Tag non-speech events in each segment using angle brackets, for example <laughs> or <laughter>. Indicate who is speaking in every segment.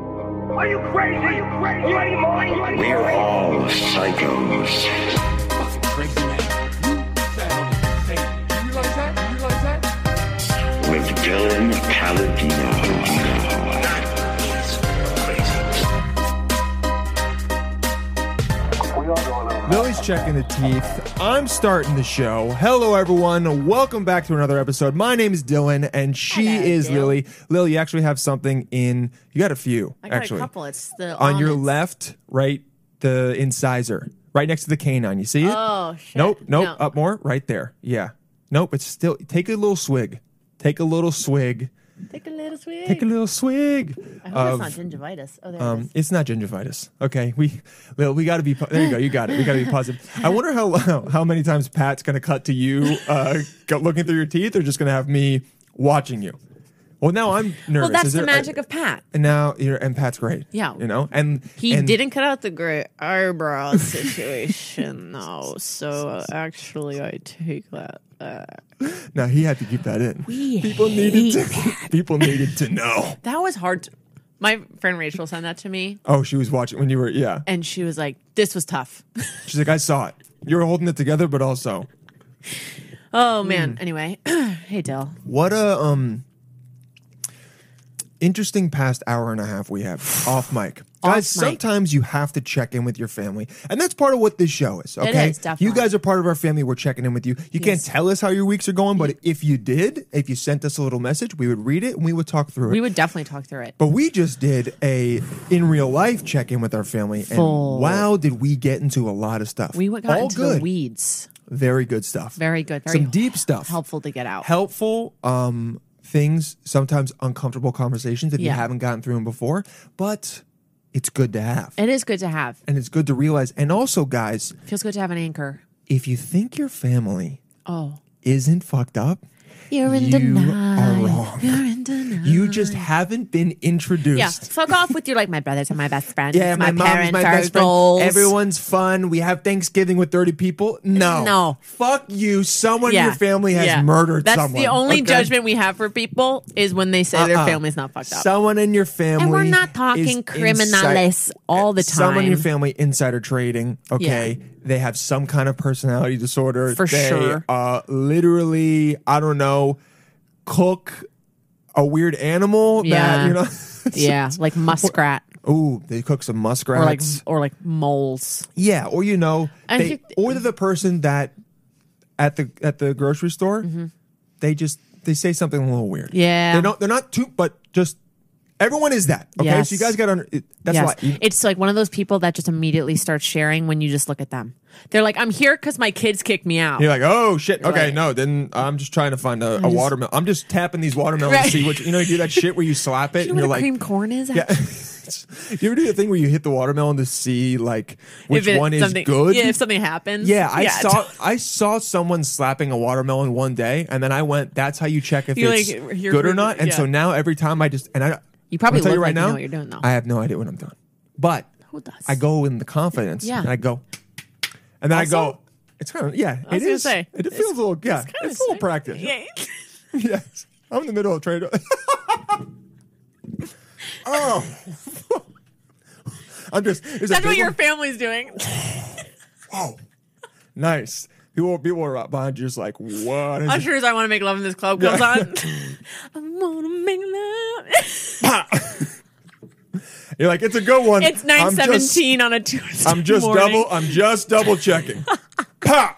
Speaker 1: Are you crazy? Are you crazy? You ain't mind. We're all psychos.
Speaker 2: fucking crazy man.
Speaker 1: With Dylan Paladino.
Speaker 3: Millie's checking the teeth. I'm starting the show. Hello, everyone. Welcome back to another episode. My name is Dylan, and she
Speaker 4: Hello,
Speaker 3: is
Speaker 4: Dylan.
Speaker 3: Lily. Lily, you actually have something in. You got a few,
Speaker 4: I got
Speaker 3: actually.
Speaker 4: a couple. It's the
Speaker 3: On your
Speaker 4: almonds.
Speaker 3: left, right, the incisor, right next to the canine. You see it?
Speaker 4: Oh shit.
Speaker 3: nope, nope.
Speaker 4: No.
Speaker 3: Up more, right there. Yeah. Nope. It's still. Take a little swig. Take a little swig.
Speaker 4: Take a little swig.
Speaker 3: Take a little swig.
Speaker 4: I hope
Speaker 3: of-
Speaker 4: it's not gingivitis. Oh, there it
Speaker 3: Um,
Speaker 4: is.
Speaker 3: it's not gingivitis. Okay, we Lil, we got to be. po- There you go. You got it. We got to be positive. I wonder how <laughs> how many times Pat's gonna cut to you uh, go- looking through your teeth, or just gonna have me watching you. Well, now I'm nervous.
Speaker 4: Well, that's
Speaker 3: Is
Speaker 4: the
Speaker 3: there- uh,
Speaker 4: magic of Pat.
Speaker 3: And now you're and Pat's great.
Speaker 4: Yeah.
Speaker 3: you know, and
Speaker 4: He
Speaker 3: and
Speaker 4: didn't cut out the gray eyebrow <laughs> situation, though. So uh, actually, I take that. back.
Speaker 3: No, he had to keep that in. people needed to. People needed to know.
Speaker 4: that was hard. To- My friend Rachel sent that to me,
Speaker 3: Oh, she was watching when you were. Yeah,
Speaker 4: and she was like, "This was tough." <laughs>
Speaker 3: she's like, I saw it. You're holding it together, but also
Speaker 4: Oh
Speaker 3: Hmm.
Speaker 4: man. Anyway, <clears throat> hey Dill.
Speaker 3: What a um interesting past hour and a half we have off mic. Guys,
Speaker 4: mic.
Speaker 3: sometimes you have to check in with your family. And that's part of what this show is. Okay.
Speaker 4: is, definitely.
Speaker 3: You guys are part of our family. We're checking in with you. You can't tell us how your weeks are going, but if you did, if you sent us a little message, we would read it and we would talk through it.
Speaker 4: We would definitely talk through it.
Speaker 3: but we just did a in real life check in with our family,
Speaker 4: Full.
Speaker 3: and wow, did we get into a lot of stuff?
Speaker 4: We got
Speaker 3: all
Speaker 4: into
Speaker 3: good,
Speaker 4: the weeds.
Speaker 3: very good stuff,
Speaker 4: Very good. Very
Speaker 3: some deep stuff,
Speaker 4: Helpful to get out.
Speaker 3: helpful um things sometimes uncomfortable conversations if you
Speaker 4: Yeah.
Speaker 3: haven't gotten through them before but it's good to have
Speaker 4: It is good to have.
Speaker 3: and it's good to realize and also guys
Speaker 4: Feels good to have an anchor.
Speaker 3: if you think your family
Speaker 4: Oh.
Speaker 3: isn't fucked up
Speaker 4: You're in
Speaker 3: You
Speaker 4: denial.
Speaker 3: are wrong.
Speaker 4: You're in denial.
Speaker 3: you just haven't been introduced
Speaker 4: yeah, fuck off with your like my brothers and my best friends.
Speaker 3: Yeah,
Speaker 4: my,
Speaker 3: my, mom's
Speaker 4: parents
Speaker 3: my
Speaker 4: are
Speaker 3: best
Speaker 4: goals.
Speaker 3: friend. Everyone's fun. We have Thanksgiving with 30 people. No.
Speaker 4: <laughs> No.
Speaker 3: Fuck you. Someone in your family has
Speaker 4: yeah.
Speaker 3: murdered
Speaker 4: That's
Speaker 3: someone.
Speaker 4: the only
Speaker 3: okay?
Speaker 4: judgment we have for people is when they say
Speaker 3: Uh-uh.
Speaker 4: their family's not fucked up.
Speaker 3: Someone in your family.
Speaker 4: and we're not
Speaker 3: is
Speaker 4: talking
Speaker 3: inside-
Speaker 4: criminales all the time.
Speaker 3: Someone in your family insider trading. Okay,
Speaker 4: Yeah.
Speaker 3: they have some kind of personality disorder.
Speaker 4: For
Speaker 3: they,
Speaker 4: sure.
Speaker 3: Uh, literally, I don't know, cook a weird animal that
Speaker 4: Yeah.
Speaker 3: you know. <laughs>
Speaker 4: yeah, like muskrat
Speaker 3: Ooh, they cook some
Speaker 4: or like
Speaker 3: muskrats.
Speaker 4: or like moles.
Speaker 3: yeah, or you know,
Speaker 4: And
Speaker 3: they,
Speaker 4: you-
Speaker 3: or they're the person that at the at the grocery store, they just they say something a little weird.
Speaker 4: Mm-hmm. Yeah.
Speaker 3: they're not they're not too, but just. Everyone is that okay?
Speaker 4: Yes.
Speaker 3: So you guys got to under. it- That's
Speaker 4: yes,
Speaker 3: why you-
Speaker 4: it's like one of those people that just immediately starts sharing when you just look at them. They're like, "I'm here because my kids kicked me out."
Speaker 3: You're like, oh shit. Okay,
Speaker 4: like-
Speaker 3: no. Then I'm just trying to find a, a watermelon. I'm just tapping these watermelons to
Speaker 4: Right.
Speaker 3: see which. You know, you do that shit where you slap it
Speaker 4: <laughs> you
Speaker 3: and
Speaker 4: know
Speaker 3: you're
Speaker 4: what a
Speaker 3: like,
Speaker 4: cream corn
Speaker 3: <laughs>
Speaker 4: is?
Speaker 3: yeah. you ever do the thing where you hit the watermelon to see like which
Speaker 4: If it-
Speaker 3: one is
Speaker 4: something-
Speaker 3: good?
Speaker 4: Yeah, if something happens.
Speaker 3: Yeah, I saw
Speaker 4: it's-
Speaker 3: I saw someone slapping a watermelon one day, and then I went. That's how you check if
Speaker 4: You're
Speaker 3: it's
Speaker 4: like, you're
Speaker 3: good or
Speaker 4: pretty-
Speaker 3: not. And so
Speaker 4: yeah.
Speaker 3: now every time I just and I
Speaker 4: You probably
Speaker 3: I'll tell you
Speaker 4: look
Speaker 3: right
Speaker 4: like you
Speaker 3: now
Speaker 4: know what you're doing, though.
Speaker 3: I have no idea what I'm doing, but
Speaker 4: Who does?
Speaker 3: I go in the confidence.
Speaker 4: Yeah.
Speaker 3: and I go, and then I
Speaker 4: Also-
Speaker 3: go. It's kind of yeah.
Speaker 4: was
Speaker 3: it
Speaker 4: gonna
Speaker 3: is.
Speaker 4: say,
Speaker 3: it feels a little yeah. It's, a
Speaker 4: kinda
Speaker 3: little
Speaker 4: sick.
Speaker 3: practice.
Speaker 4: Yeah.
Speaker 3: <laughs> Yes. I'm in the middle of trade. <laughs> oh. <laughs> I'm just. Is
Speaker 4: <laughs> That's what your family's doing.
Speaker 3: <laughs> Oh. Nice. People, people are right behind you, just like, what is
Speaker 4: Usher's I Want to Make Love in This Club
Speaker 3: Yeah.
Speaker 4: comes
Speaker 3: <laughs>
Speaker 4: on. I want to make love.
Speaker 3: it? <laughs> You're like, it's a good one.
Speaker 4: It's
Speaker 3: I'm just-
Speaker 4: 917 on a Tuesday
Speaker 3: I'm just
Speaker 4: morning.
Speaker 3: double. I'm just double
Speaker 4: <laughs>
Speaker 3: checking. <laughs> pa!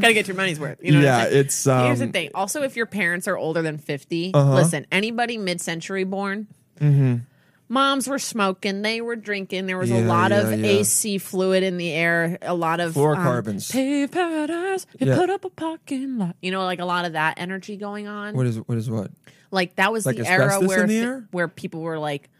Speaker 4: Gotta get your money's worth. You know
Speaker 3: Yeah,
Speaker 4: what I'm saying?
Speaker 3: it's, um, Uh-huh.
Speaker 4: Here's the thing. Also, if your parents are older than 50, listen, anybody mid-century born... Moms were smoking. They were drinking. There was a
Speaker 3: Mm-hmm. Yeah,
Speaker 4: lot of
Speaker 3: yeah, yeah.
Speaker 4: AC fluid in the air. A lot of
Speaker 3: Fluorocarbons.
Speaker 4: Um, Pave paradise. You
Speaker 3: Yeah.
Speaker 4: put up a parking lot. You know, like a lot of that energy going on.
Speaker 3: What is what is what?
Speaker 4: Like that was
Speaker 3: Like
Speaker 4: the era
Speaker 3: asbestos
Speaker 4: where
Speaker 3: in the
Speaker 4: thi-
Speaker 3: air?
Speaker 4: where people were like,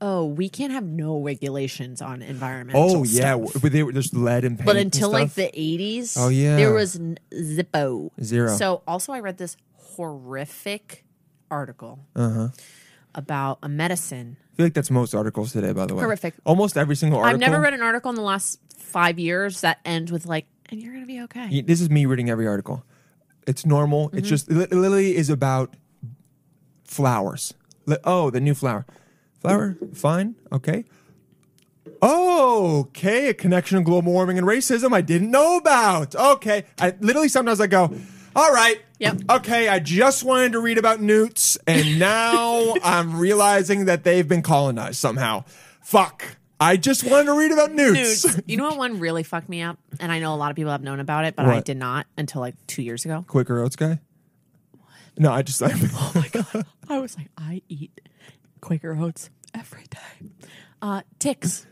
Speaker 4: "Oh, we can't have no regulations on environmental."
Speaker 3: Oh yeah,
Speaker 4: stuff."
Speaker 3: w- but they were just lead and paint.
Speaker 4: But
Speaker 3: and
Speaker 4: until like
Speaker 3: stuff.
Speaker 4: the eighties,
Speaker 3: Oh, yeah.
Speaker 4: there was n- zippo
Speaker 3: Zero.
Speaker 4: So also, I read this horrific article
Speaker 3: Uh-huh.
Speaker 4: about a medicine.
Speaker 3: I feel like that's most articles today, by the way.
Speaker 4: Horrific.
Speaker 3: Almost every single article.
Speaker 4: I've never read an article in the last five years that ends with like, "And you're gonna be okay."
Speaker 3: Y- this is me reading every article. It's normal. It's just it li- literally is about flowers. Li- oh, the new flower. Flower? Fine. Okay. Okay, a connection of global warming and racism I didn't know about. Okay. I literally sometimes I go, all right.
Speaker 4: Yep.
Speaker 3: Okay, I just wanted to read about newts, and now I'm realizing that they've been colonized somehow. Fuck. I just wanted to read about newts. <laughs>
Speaker 4: Dudes, you know what one really fucked me up? And I know a lot of people have known about it, but I
Speaker 3: What?
Speaker 4: did not until like two years ago.
Speaker 3: Quaker Oats guy? No, I just. <laughs> I,
Speaker 4: I was like, I eat Quaker oats every day. Uh, ticks.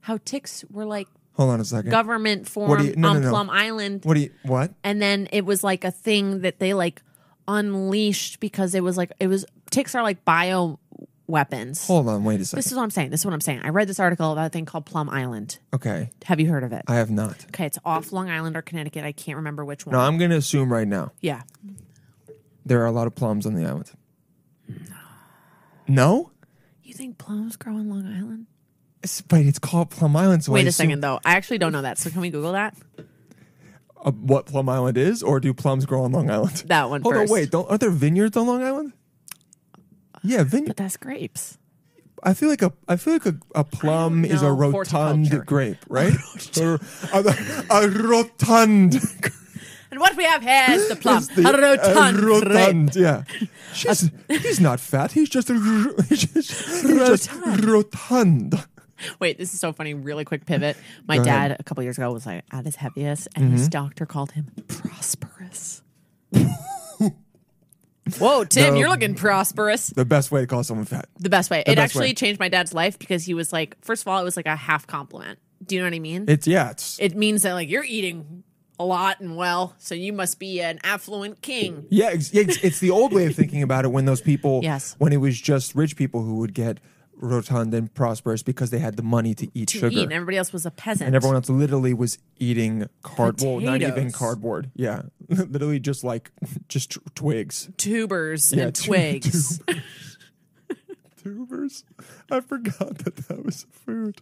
Speaker 4: How ticks were like
Speaker 3: hold on a second.
Speaker 4: government
Speaker 3: What do
Speaker 4: form
Speaker 3: you- no,
Speaker 4: on
Speaker 3: no, no.
Speaker 4: Plum Island.
Speaker 3: what do you. What?
Speaker 4: and then it was like a thing that they like unleashed because it was like it was ticks are like bio weapons.
Speaker 3: Hold on, wait a second.
Speaker 4: This is what I'm saying. This is what I'm saying. I read this article about a thing called Plum Island.
Speaker 3: okay,
Speaker 4: Have you heard of it?
Speaker 3: I have not.
Speaker 4: okay, it's off Long Island or Connecticut. I can't remember which one.
Speaker 3: Now, I'm going to assume right now
Speaker 4: Yeah.
Speaker 3: there are a lot of plums on the island. No?
Speaker 4: You think plums grow on Long Island?
Speaker 3: It's, but it's called Plum Island, so I
Speaker 4: Wait a
Speaker 3: assume-
Speaker 4: second though. I actually don't know that. So can we Google that?
Speaker 3: Uh, what Plum Island is, or do plums grow on Long Island?
Speaker 4: That one
Speaker 3: Hold
Speaker 4: first.
Speaker 3: on, wait. Don't, are there vineyards on Long Island? Yeah, vineyard.
Speaker 4: But that's grapes.
Speaker 3: I feel like a I feel like a, a plum is a
Speaker 4: know horticulture.
Speaker 3: rotund grape,
Speaker 4: <laughs>
Speaker 3: right? Or a, a rotund.
Speaker 4: And what we have here is the
Speaker 3: <laughs>
Speaker 4: plum.
Speaker 3: is the-
Speaker 4: a rotund
Speaker 3: a
Speaker 4: grape.
Speaker 3: rotund, Yeah,
Speaker 4: <laughs>
Speaker 3: She's, he's not fat. He's just a, r- <laughs> he's just, he's just rotund.
Speaker 4: Wait, this is so funny. Really quick pivot. My
Speaker 3: Go
Speaker 4: dad
Speaker 3: ahead. Mm-hmm.
Speaker 4: a couple years ago was like at his heaviest, and his doctor called him
Speaker 3: <laughs>
Speaker 4: prosperous. Whoa, Tim,
Speaker 3: No.
Speaker 4: you're looking prosperous.
Speaker 3: The best way to call someone fat.
Speaker 4: The best way. it
Speaker 3: best
Speaker 4: actually
Speaker 3: way.
Speaker 4: changed my dad's life because he was like, first of all, it was like a half compliment. Do you know what I mean? It,
Speaker 3: It's yeah. It's
Speaker 4: means that like you're eating a lot and well, so you must be an affluent king.
Speaker 3: Yeah, ex- it's, it's the old way of thinking about it when those people,
Speaker 4: Yes.
Speaker 3: when it was just rich people who would get rotund and prosperous because they had the money to eat
Speaker 4: To
Speaker 3: sugar.
Speaker 4: eat, and everybody else was a peasant.
Speaker 3: and everyone else literally was eating cardboard, not even
Speaker 4: Potatoes.
Speaker 3: cardboard. Yeah, <laughs> literally just like <laughs> just tw- twigs,
Speaker 4: tubers
Speaker 3: Yeah,
Speaker 4: and
Speaker 3: tu- <laughs>
Speaker 4: twigs.
Speaker 3: tubers. I forgot that that was a food.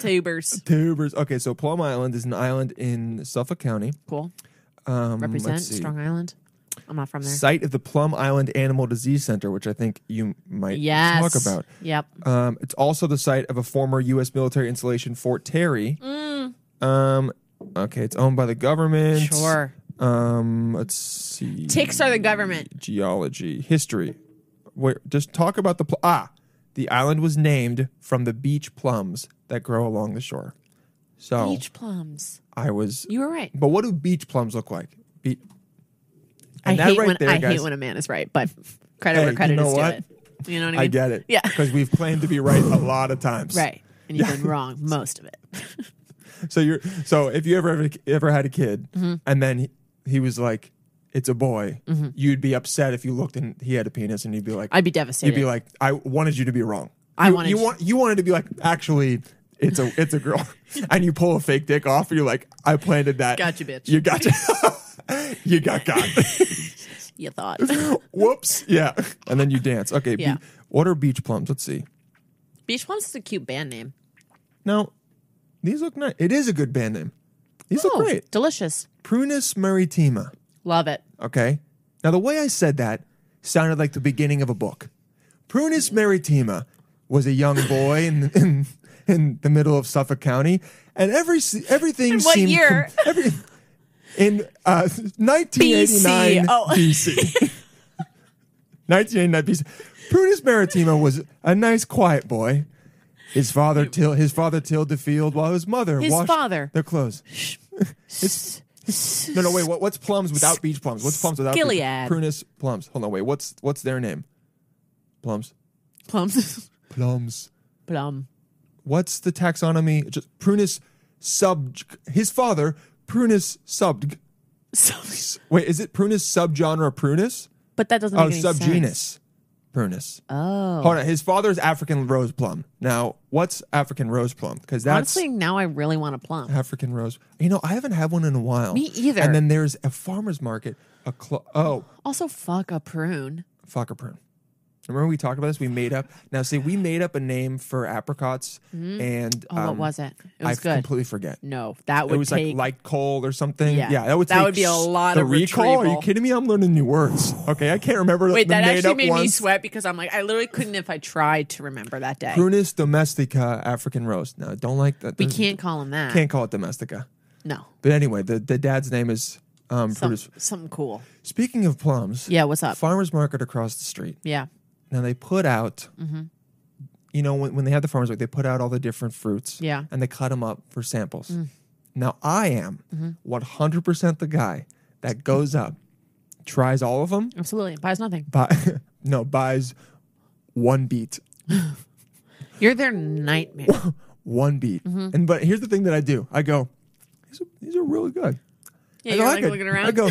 Speaker 4: tubers.
Speaker 3: Tubers. Okay, so Plum Island is an island in Suffolk County.
Speaker 4: Cool.
Speaker 3: Um,
Speaker 4: Represent
Speaker 3: let's see.
Speaker 4: Strong Island. I'm not from there.
Speaker 3: Site of the Plum Island Animal Disease Center, which I think you might
Speaker 4: yes.
Speaker 3: talk about.
Speaker 4: Yep.
Speaker 3: Um, it's also the site of a former U.S. military installation, Fort Terry.
Speaker 4: Mm.
Speaker 3: Um, okay, it's owned by the government.
Speaker 4: Sure.
Speaker 3: Um, let's see.
Speaker 4: Ticks are the government.
Speaker 3: Geology, history. Where just talk about the pl- ah, the island was named from the beach plums that grow along the shore. So
Speaker 4: Beach plums.
Speaker 3: I was,
Speaker 4: You were right.
Speaker 3: but what do beach plums look like? Be-
Speaker 4: I
Speaker 3: And that
Speaker 4: hate
Speaker 3: right
Speaker 4: when
Speaker 3: there,
Speaker 4: I
Speaker 3: guys-
Speaker 4: hate when a man is right, but credit
Speaker 3: Hey,
Speaker 4: where credit
Speaker 3: you know
Speaker 4: is due.
Speaker 3: what?
Speaker 4: It. You know what I mean?
Speaker 3: I get it. <laughs>
Speaker 4: Yeah.
Speaker 3: because we've claimed to be right a lot of times.
Speaker 4: <laughs> Right. And
Speaker 3: <laughs>
Speaker 4: you've been wrong most of it.
Speaker 3: So you're so if you ever ever had a kid
Speaker 4: Mm-hmm.
Speaker 3: and then he, he was like, "It's a boy," you'd be upset if you looked and he had a penis, and you'd be like,
Speaker 4: I'd be devastated.
Speaker 3: "You'd be like, I wanted you to be wrong.
Speaker 4: I
Speaker 3: you,
Speaker 4: wanted
Speaker 3: you
Speaker 4: you-
Speaker 3: want you wanted to be like actually." It's a it's a
Speaker 4: <laughs>
Speaker 3: girl, and you pull a fake dick off, and you're like, "I planted that."
Speaker 4: Gotcha, bitch.
Speaker 3: You gotcha. <laughs> you got got. <laughs>
Speaker 4: you thought.
Speaker 3: Whoops. Yeah. <laughs> And then you dance. Okay.
Speaker 4: Yeah.
Speaker 3: Be- what are beach plums? Let's see.
Speaker 4: <laughs> Beach plums is a cute band name.
Speaker 3: Now, these look nice. It is a good band name. These
Speaker 4: oh,
Speaker 3: look great.
Speaker 4: delicious.
Speaker 3: Prunus maritima.
Speaker 4: Love it.
Speaker 3: Okay. Now, the way I said that sounded like the beginning of a book. Prunus Maritima was a young boy in, <laughs> in, in the middle of Suffolk County, and every everything
Speaker 4: In what
Speaker 3: seemed
Speaker 4: year?
Speaker 3: every, in uh, 1989
Speaker 4: BC. Oh.
Speaker 3: BC. <laughs> 1989 BC. Prunus Maritima was a nice, quiet boy. His father till his father tilled the field while his mother
Speaker 4: His
Speaker 3: washed
Speaker 4: father.
Speaker 3: their clothes. No, no, wait. What, what's plums without beach plums? What's plums without
Speaker 4: Gilead.
Speaker 3: Beach? Prunus plums. Hold on, wait. What's what's their name? Plums.
Speaker 4: <laughs> Plums.
Speaker 3: Plums.
Speaker 4: Plum. <laughs>
Speaker 3: What's the taxonomy? Just Prunus sub. His father, Prunus sub.
Speaker 4: So-
Speaker 3: Wait, is it Prunus subgenre Prunus?
Speaker 4: but that doesn't
Speaker 3: Oh,
Speaker 4: make any sense.
Speaker 3: subgenus Prunus.
Speaker 4: Oh.
Speaker 3: Hold on. His father's African rose plum. Now, what's African rose plum? Because that's
Speaker 4: Honestly, now I really want a plum.
Speaker 3: African rose. You know, I haven't had one in a while.
Speaker 4: Me either.
Speaker 3: And then there's a farmer's market. A clo- oh,
Speaker 4: Also, fuck a prune.
Speaker 3: fucker prune. Remember we talked about this? We made up. Now, see, we made up a name for apricots, and
Speaker 4: Oh, what was it? It
Speaker 3: I
Speaker 4: was good.
Speaker 3: completely forget.
Speaker 4: no, that would
Speaker 3: Um, It was
Speaker 4: take.
Speaker 3: like like coal or something. Yeah,
Speaker 4: Yeah.
Speaker 3: that would
Speaker 4: That
Speaker 3: take
Speaker 4: would be a
Speaker 3: s-
Speaker 4: lot
Speaker 3: the
Speaker 4: of
Speaker 3: recall. Are you
Speaker 4: retrieval.
Speaker 3: kidding me? I'm learning new words. Okay, I can't remember.
Speaker 4: wait,
Speaker 3: the
Speaker 4: that
Speaker 3: made
Speaker 4: actually
Speaker 3: up
Speaker 4: made me
Speaker 3: ones.
Speaker 4: sweat because I'm like, I literally couldn't if I tried to remember that day.
Speaker 3: Prunus domestica African roast. No, I don't like that.
Speaker 4: We
Speaker 3: Doesn't-
Speaker 4: can't uh, call him that.
Speaker 3: can't call it domestica.
Speaker 4: No,
Speaker 3: But anyway, the, the dad's name is um,
Speaker 4: Some,
Speaker 3: Prunus.
Speaker 4: something cool.
Speaker 3: Speaking of plums,
Speaker 4: Yeah, what's up?
Speaker 3: farmers market across the street.
Speaker 4: Yeah,
Speaker 3: Now they put out,
Speaker 4: Mm-hmm.
Speaker 3: you know, when, when they have the farmers market, they put out all the different fruits.
Speaker 4: Yeah. Mm.
Speaker 3: And they cut them up for samples. Now I am
Speaker 4: Mm-hmm.
Speaker 3: 100% the guy that goes up, tries all of them,
Speaker 4: absolutely. Buys nothing.
Speaker 3: buy, <laughs> no, buys one beet,
Speaker 4: You're their nightmare.
Speaker 3: one beet.
Speaker 4: Mm-hmm.
Speaker 3: And but here's the thing that I do: I go, these are, these are really good.
Speaker 4: Yeah,
Speaker 3: I
Speaker 4: you're
Speaker 3: go, I
Speaker 4: like
Speaker 3: could-
Speaker 4: looking around.
Speaker 3: I go,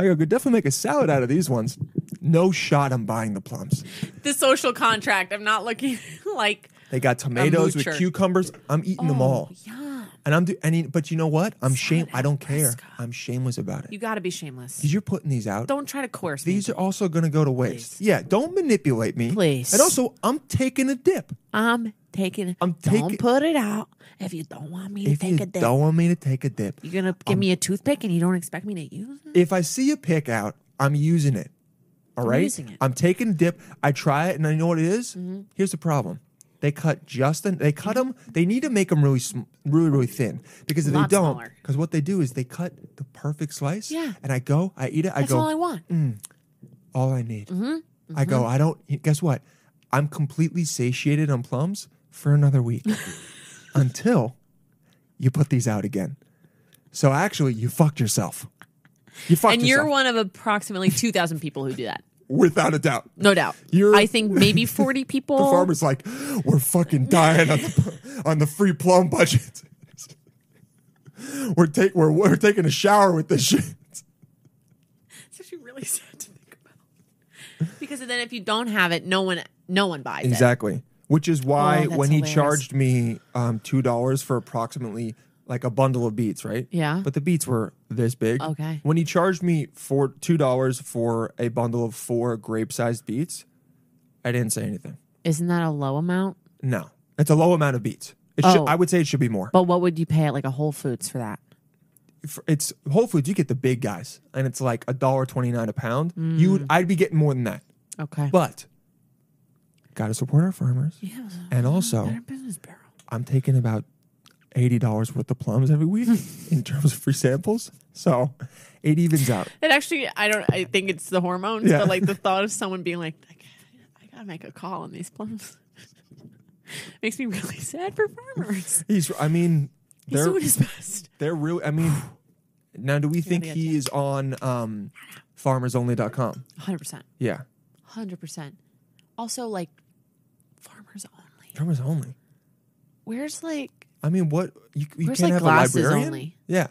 Speaker 3: I go, could definitely make a salad out of these ones. No shot, I'm buying the plums.
Speaker 4: the social contract. I'm not looking <laughs> like
Speaker 3: They got tomatoes with
Speaker 4: moocher.
Speaker 3: cucumbers. I'm eating them all.
Speaker 4: Oh. yeah.
Speaker 3: And I'm do and you- but you know what? I'm shame. I don't care.
Speaker 4: Fresco.
Speaker 3: I'm shameless about it.
Speaker 4: You got to be shameless.
Speaker 3: Because you're putting these out.
Speaker 4: Don't try to coerce
Speaker 3: These
Speaker 4: me.
Speaker 3: are also going to go to waste. Yeah, don't manipulate me.
Speaker 4: Please.
Speaker 3: And also, I'm taking a dip.
Speaker 4: I'm taking.
Speaker 3: I'm taking-
Speaker 4: Don't put it out if you don't want me to
Speaker 3: If
Speaker 4: take
Speaker 3: you
Speaker 4: a dip.
Speaker 3: don't want me to take a dip,
Speaker 4: You're gonna give me a toothpick and you don't expect me to use it.
Speaker 3: if I see a pick out, I'm using it. All right?
Speaker 4: using it. Mm-hmm.
Speaker 3: I'm taking a dip. I try it, and I know what it is? Here's the problem. They cut just en- they cut them. They need to make them really, sm- really, really thin because if
Speaker 4: Lot
Speaker 3: they don't,
Speaker 4: smaller.
Speaker 3: because what they do is they cut the perfect slice.
Speaker 4: Yeah.
Speaker 3: And I go, I eat it. I
Speaker 4: That's
Speaker 3: go,
Speaker 4: all I want. Mm-hmm.
Speaker 3: all I need. I go, I don't, guess what? I'm completely satiated on plums for another
Speaker 4: <laughs>
Speaker 3: week until you put these out again. So actually, you fucked yourself. You fucked
Speaker 4: And you're
Speaker 3: yourself.
Speaker 4: one of approximately two thousand people who do that.
Speaker 3: Without a doubt.
Speaker 4: No doubt.
Speaker 3: You're-
Speaker 4: I think maybe
Speaker 3: <laughs>
Speaker 4: forty people.
Speaker 3: The farmer's like, we're fucking dying on the, on the free plum budget. <laughs> we're, take, we're, we're taking a shower with this shit.
Speaker 4: It's actually really sad to think about. Because then, if you don't have it, no one, no one buys it.
Speaker 3: Exactly. Which is why
Speaker 4: Oh, that's
Speaker 3: when he
Speaker 4: hilarious.
Speaker 3: charged me um, two dollars for approximately like a bundle of beets, right?
Speaker 4: Yeah.
Speaker 3: But the beets were this big.
Speaker 4: Okay.
Speaker 3: When he charged me for two dollars for a bundle of four grape-sized beets, I didn't say anything.
Speaker 4: Isn't that a low amount?
Speaker 3: No, it's a low amount of beets. It should,
Speaker 4: Oh.
Speaker 3: I would say it should be more.
Speaker 4: But what would you pay at like a Whole Foods for that?
Speaker 3: F- It's Whole Foods. You get the big guys, and it's like a dollar twenty-nine a pound. You,
Speaker 4: Mm.
Speaker 3: would, I'd be getting more than that.
Speaker 4: Okay.
Speaker 3: But gotta support our farmers,
Speaker 4: yeah, so
Speaker 3: and also.
Speaker 4: Better Business Bureau.
Speaker 3: I'm taking about eighty dollars worth of plums every
Speaker 4: <laughs>
Speaker 3: week in terms of free samples. So it evens out.
Speaker 4: It actually, I don't. I think it's the hormones,
Speaker 3: Yeah.
Speaker 4: but like
Speaker 3: <laughs>
Speaker 4: the thought of someone being like, I gotta, I gotta make a call on these plums. <laughs> Makes me really sad for farmers.
Speaker 3: He's I mean
Speaker 4: He's
Speaker 3: they're
Speaker 4: doing his best.
Speaker 3: they're really I mean now do we think
Speaker 4: the
Speaker 3: he is on um farmersonly.com?
Speaker 4: Hundred percent.
Speaker 3: Yeah.
Speaker 4: Hundred percent. Also, like farmers only.
Speaker 3: Farmers only.
Speaker 4: Where's like
Speaker 3: I mean what you, you
Speaker 4: Where's,
Speaker 3: can't
Speaker 4: like,
Speaker 3: have
Speaker 4: glasses
Speaker 3: a librarian?
Speaker 4: only?
Speaker 3: Yeah.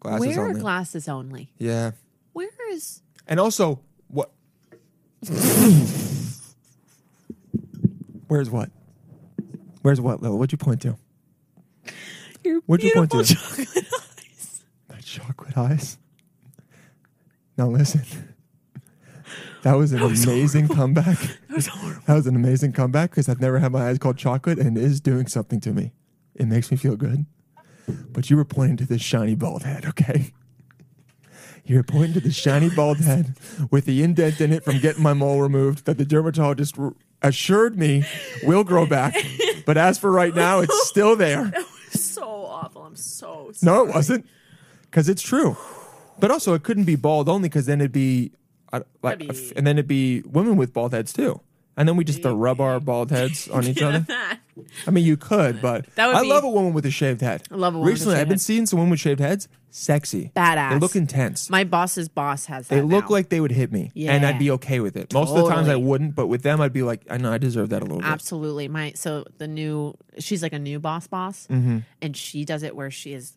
Speaker 3: Glasses
Speaker 4: where
Speaker 3: only.
Speaker 4: are glasses only?
Speaker 3: yeah.
Speaker 4: Where is
Speaker 3: And also what Where's what? Where's what, Lil? What'd you point to?
Speaker 4: your
Speaker 3: What'd you point to?
Speaker 4: beautiful <laughs> chocolate eyes?
Speaker 3: My chocolate eyes. Now listen. That was an amazing comeback.
Speaker 4: <laughs> That was horrible.
Speaker 3: That was an amazing comeback because I've never had my eyes called chocolate and it is doing something to me. It makes me feel good. But you were pointing to this shiny bald head, okay? You were pointing to the shiny
Speaker 4: <laughs>
Speaker 3: bald head with the indent in it from getting my mole removed that the dermatologist r- assured me will grow
Speaker 4: <laughs>
Speaker 3: back. But as for right now, it's still there.
Speaker 4: That was so awful. I'm so sorry.
Speaker 3: <laughs> No, it wasn't. Because it's true. But also, it couldn't be bald only because then it'd be, I, like,
Speaker 4: That'd be-
Speaker 3: and then it'd be women with bald heads too. And then we just uh, rub our bald
Speaker 4: <laughs>
Speaker 3: heads on each other. I mean, you could, but
Speaker 4: That would
Speaker 3: I
Speaker 4: be-
Speaker 3: love a woman with a shaved head.
Speaker 4: I love a woman with a
Speaker 3: Recently,
Speaker 4: shaved
Speaker 3: I've been
Speaker 4: head.
Speaker 3: seeing some women with shaved heads. Sexy, They
Speaker 4: Badass.
Speaker 3: look intense.
Speaker 4: My boss's boss has that.
Speaker 3: they look
Speaker 4: now.
Speaker 3: like they would hit me, and I'd
Speaker 4: Yeah.
Speaker 3: be okay with it. Most of the times, I
Speaker 4: Totally.
Speaker 3: wouldn't, but with them, I'd be like, I know I deserve that a little bit.
Speaker 4: Absolutely. My so the new she's like a new boss boss
Speaker 3: Mm-hmm.
Speaker 4: and she does it where she is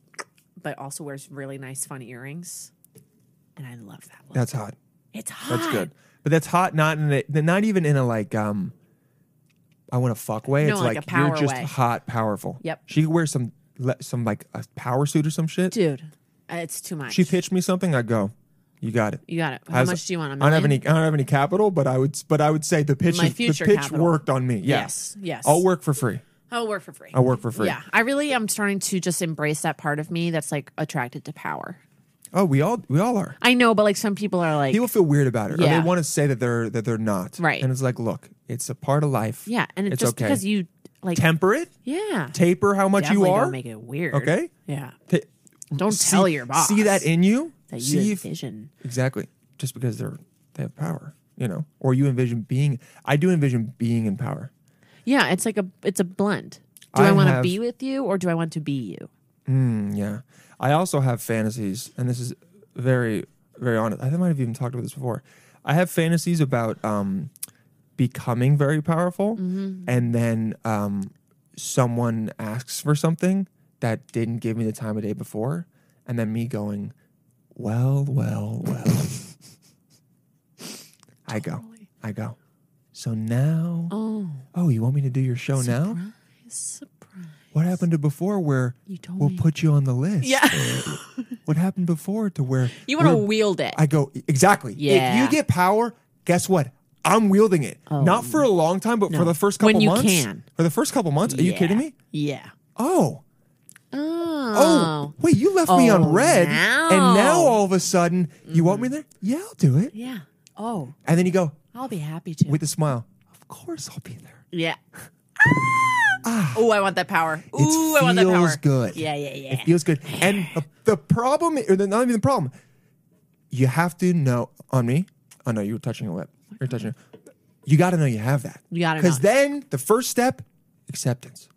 Speaker 4: but also wears really nice fun earrings. And I love that look.
Speaker 3: That's hot.
Speaker 4: it's hot.
Speaker 3: That's good. But that's hot, not in a, not even in a like um, I want to fuck way.
Speaker 4: No,
Speaker 3: it's like,
Speaker 4: like a power
Speaker 3: you're just
Speaker 4: way.
Speaker 3: hot, powerful.
Speaker 4: Yep.
Speaker 3: She could wear some le- some like a power suit or some shit.
Speaker 4: Dude, uh, it's too much.
Speaker 3: She pitched me something. I go, You got it.
Speaker 4: You got it.
Speaker 3: I
Speaker 4: How
Speaker 3: was-
Speaker 4: much do you want? A
Speaker 3: I don't have
Speaker 4: million?
Speaker 3: any. I don't have any capital, but I would. But I would say the pitch.
Speaker 4: My
Speaker 3: is- the
Speaker 4: future
Speaker 3: pitch
Speaker 4: capital.
Speaker 3: worked on me. Yeah.
Speaker 4: Yes, yes.
Speaker 3: I'll work for free.
Speaker 4: I'll Oh, work for free.
Speaker 3: I'll work for free.
Speaker 4: Yeah, I really am starting to just embrace that part of me that's like attracted to power.
Speaker 3: Oh, we all we all are.
Speaker 4: I know, but like some people are like,
Speaker 3: People feel weird about it, or
Speaker 4: Yeah.
Speaker 3: they want to say that they're that they're not.
Speaker 4: Right.
Speaker 3: And it's like, look, it's a part of life.
Speaker 4: yeah, and it's
Speaker 3: it's
Speaker 4: just
Speaker 3: okay.
Speaker 4: because you like,
Speaker 3: temper it,
Speaker 4: yeah,
Speaker 3: taper how much
Speaker 4: definitely
Speaker 3: you are.
Speaker 4: don't make it weird.
Speaker 3: Okay.
Speaker 4: yeah,
Speaker 3: Ta-
Speaker 4: don't
Speaker 3: see-
Speaker 4: tell your boss.
Speaker 3: See that in you.
Speaker 4: that you
Speaker 3: see if-
Speaker 4: envision.
Speaker 3: exactly. Just because they're they have power, you know, or you envision being. I do envision being in power.
Speaker 4: Yeah, it's like a it's a blend. Do
Speaker 3: I
Speaker 4: I, want to
Speaker 3: have-
Speaker 4: be with you or do I want to be you?
Speaker 3: Mm, Yeah. I also have fantasies, and this is very, very honest. I think I might have even talked about this before. I have fantasies about um, becoming very powerful, and then um, someone asks for something that didn't give me the time of day before, and then me going, well, well, well. I go. I go. So now,
Speaker 4: Oh,
Speaker 3: oh, you want me to do your show now?
Speaker 4: surprise!
Speaker 3: What happened to before where
Speaker 4: You told
Speaker 3: we'll
Speaker 4: me.
Speaker 3: put you on the list?
Speaker 4: Yeah,
Speaker 3: <laughs> what happened before to where
Speaker 4: <laughs> you want to
Speaker 3: we're-
Speaker 4: wield it.
Speaker 3: I go "E-, exactly.
Speaker 4: Yeah. Oh.
Speaker 3: If you get power, guess what? I'm wielding it. Not for a long time, but for the first
Speaker 4: When
Speaker 3: couple
Speaker 4: you
Speaker 3: months.
Speaker 4: can.
Speaker 3: For the first couple months. Are you
Speaker 4: Yeah.
Speaker 3: kidding me?
Speaker 4: Yeah.
Speaker 3: Oh.
Speaker 4: Oh.
Speaker 3: Oh. Wait, you left me
Speaker 4: Oh, Mm-hmm.
Speaker 3: on red. And now
Speaker 4: now.
Speaker 3: all of a sudden, you want me there? Yeah, I'll do it.
Speaker 4: Yeah. Oh,
Speaker 3: And then you go
Speaker 4: I'll be happy to.
Speaker 3: with a smile. Of course I'll be there.
Speaker 4: yeah. oh, I want that power. Ooh,
Speaker 3: Ah! It
Speaker 4: I want that
Speaker 3: feels
Speaker 4: power.
Speaker 3: good.
Speaker 4: Yeah, yeah, yeah.
Speaker 3: It feels good. And the- the problem, or the, not even the problem, you have to know on me. Oh no, you were touching your lip. You're touching. Your, you got to know you have that.
Speaker 4: You gotta
Speaker 3: Because
Speaker 4: know.
Speaker 3: then the first step, acceptance.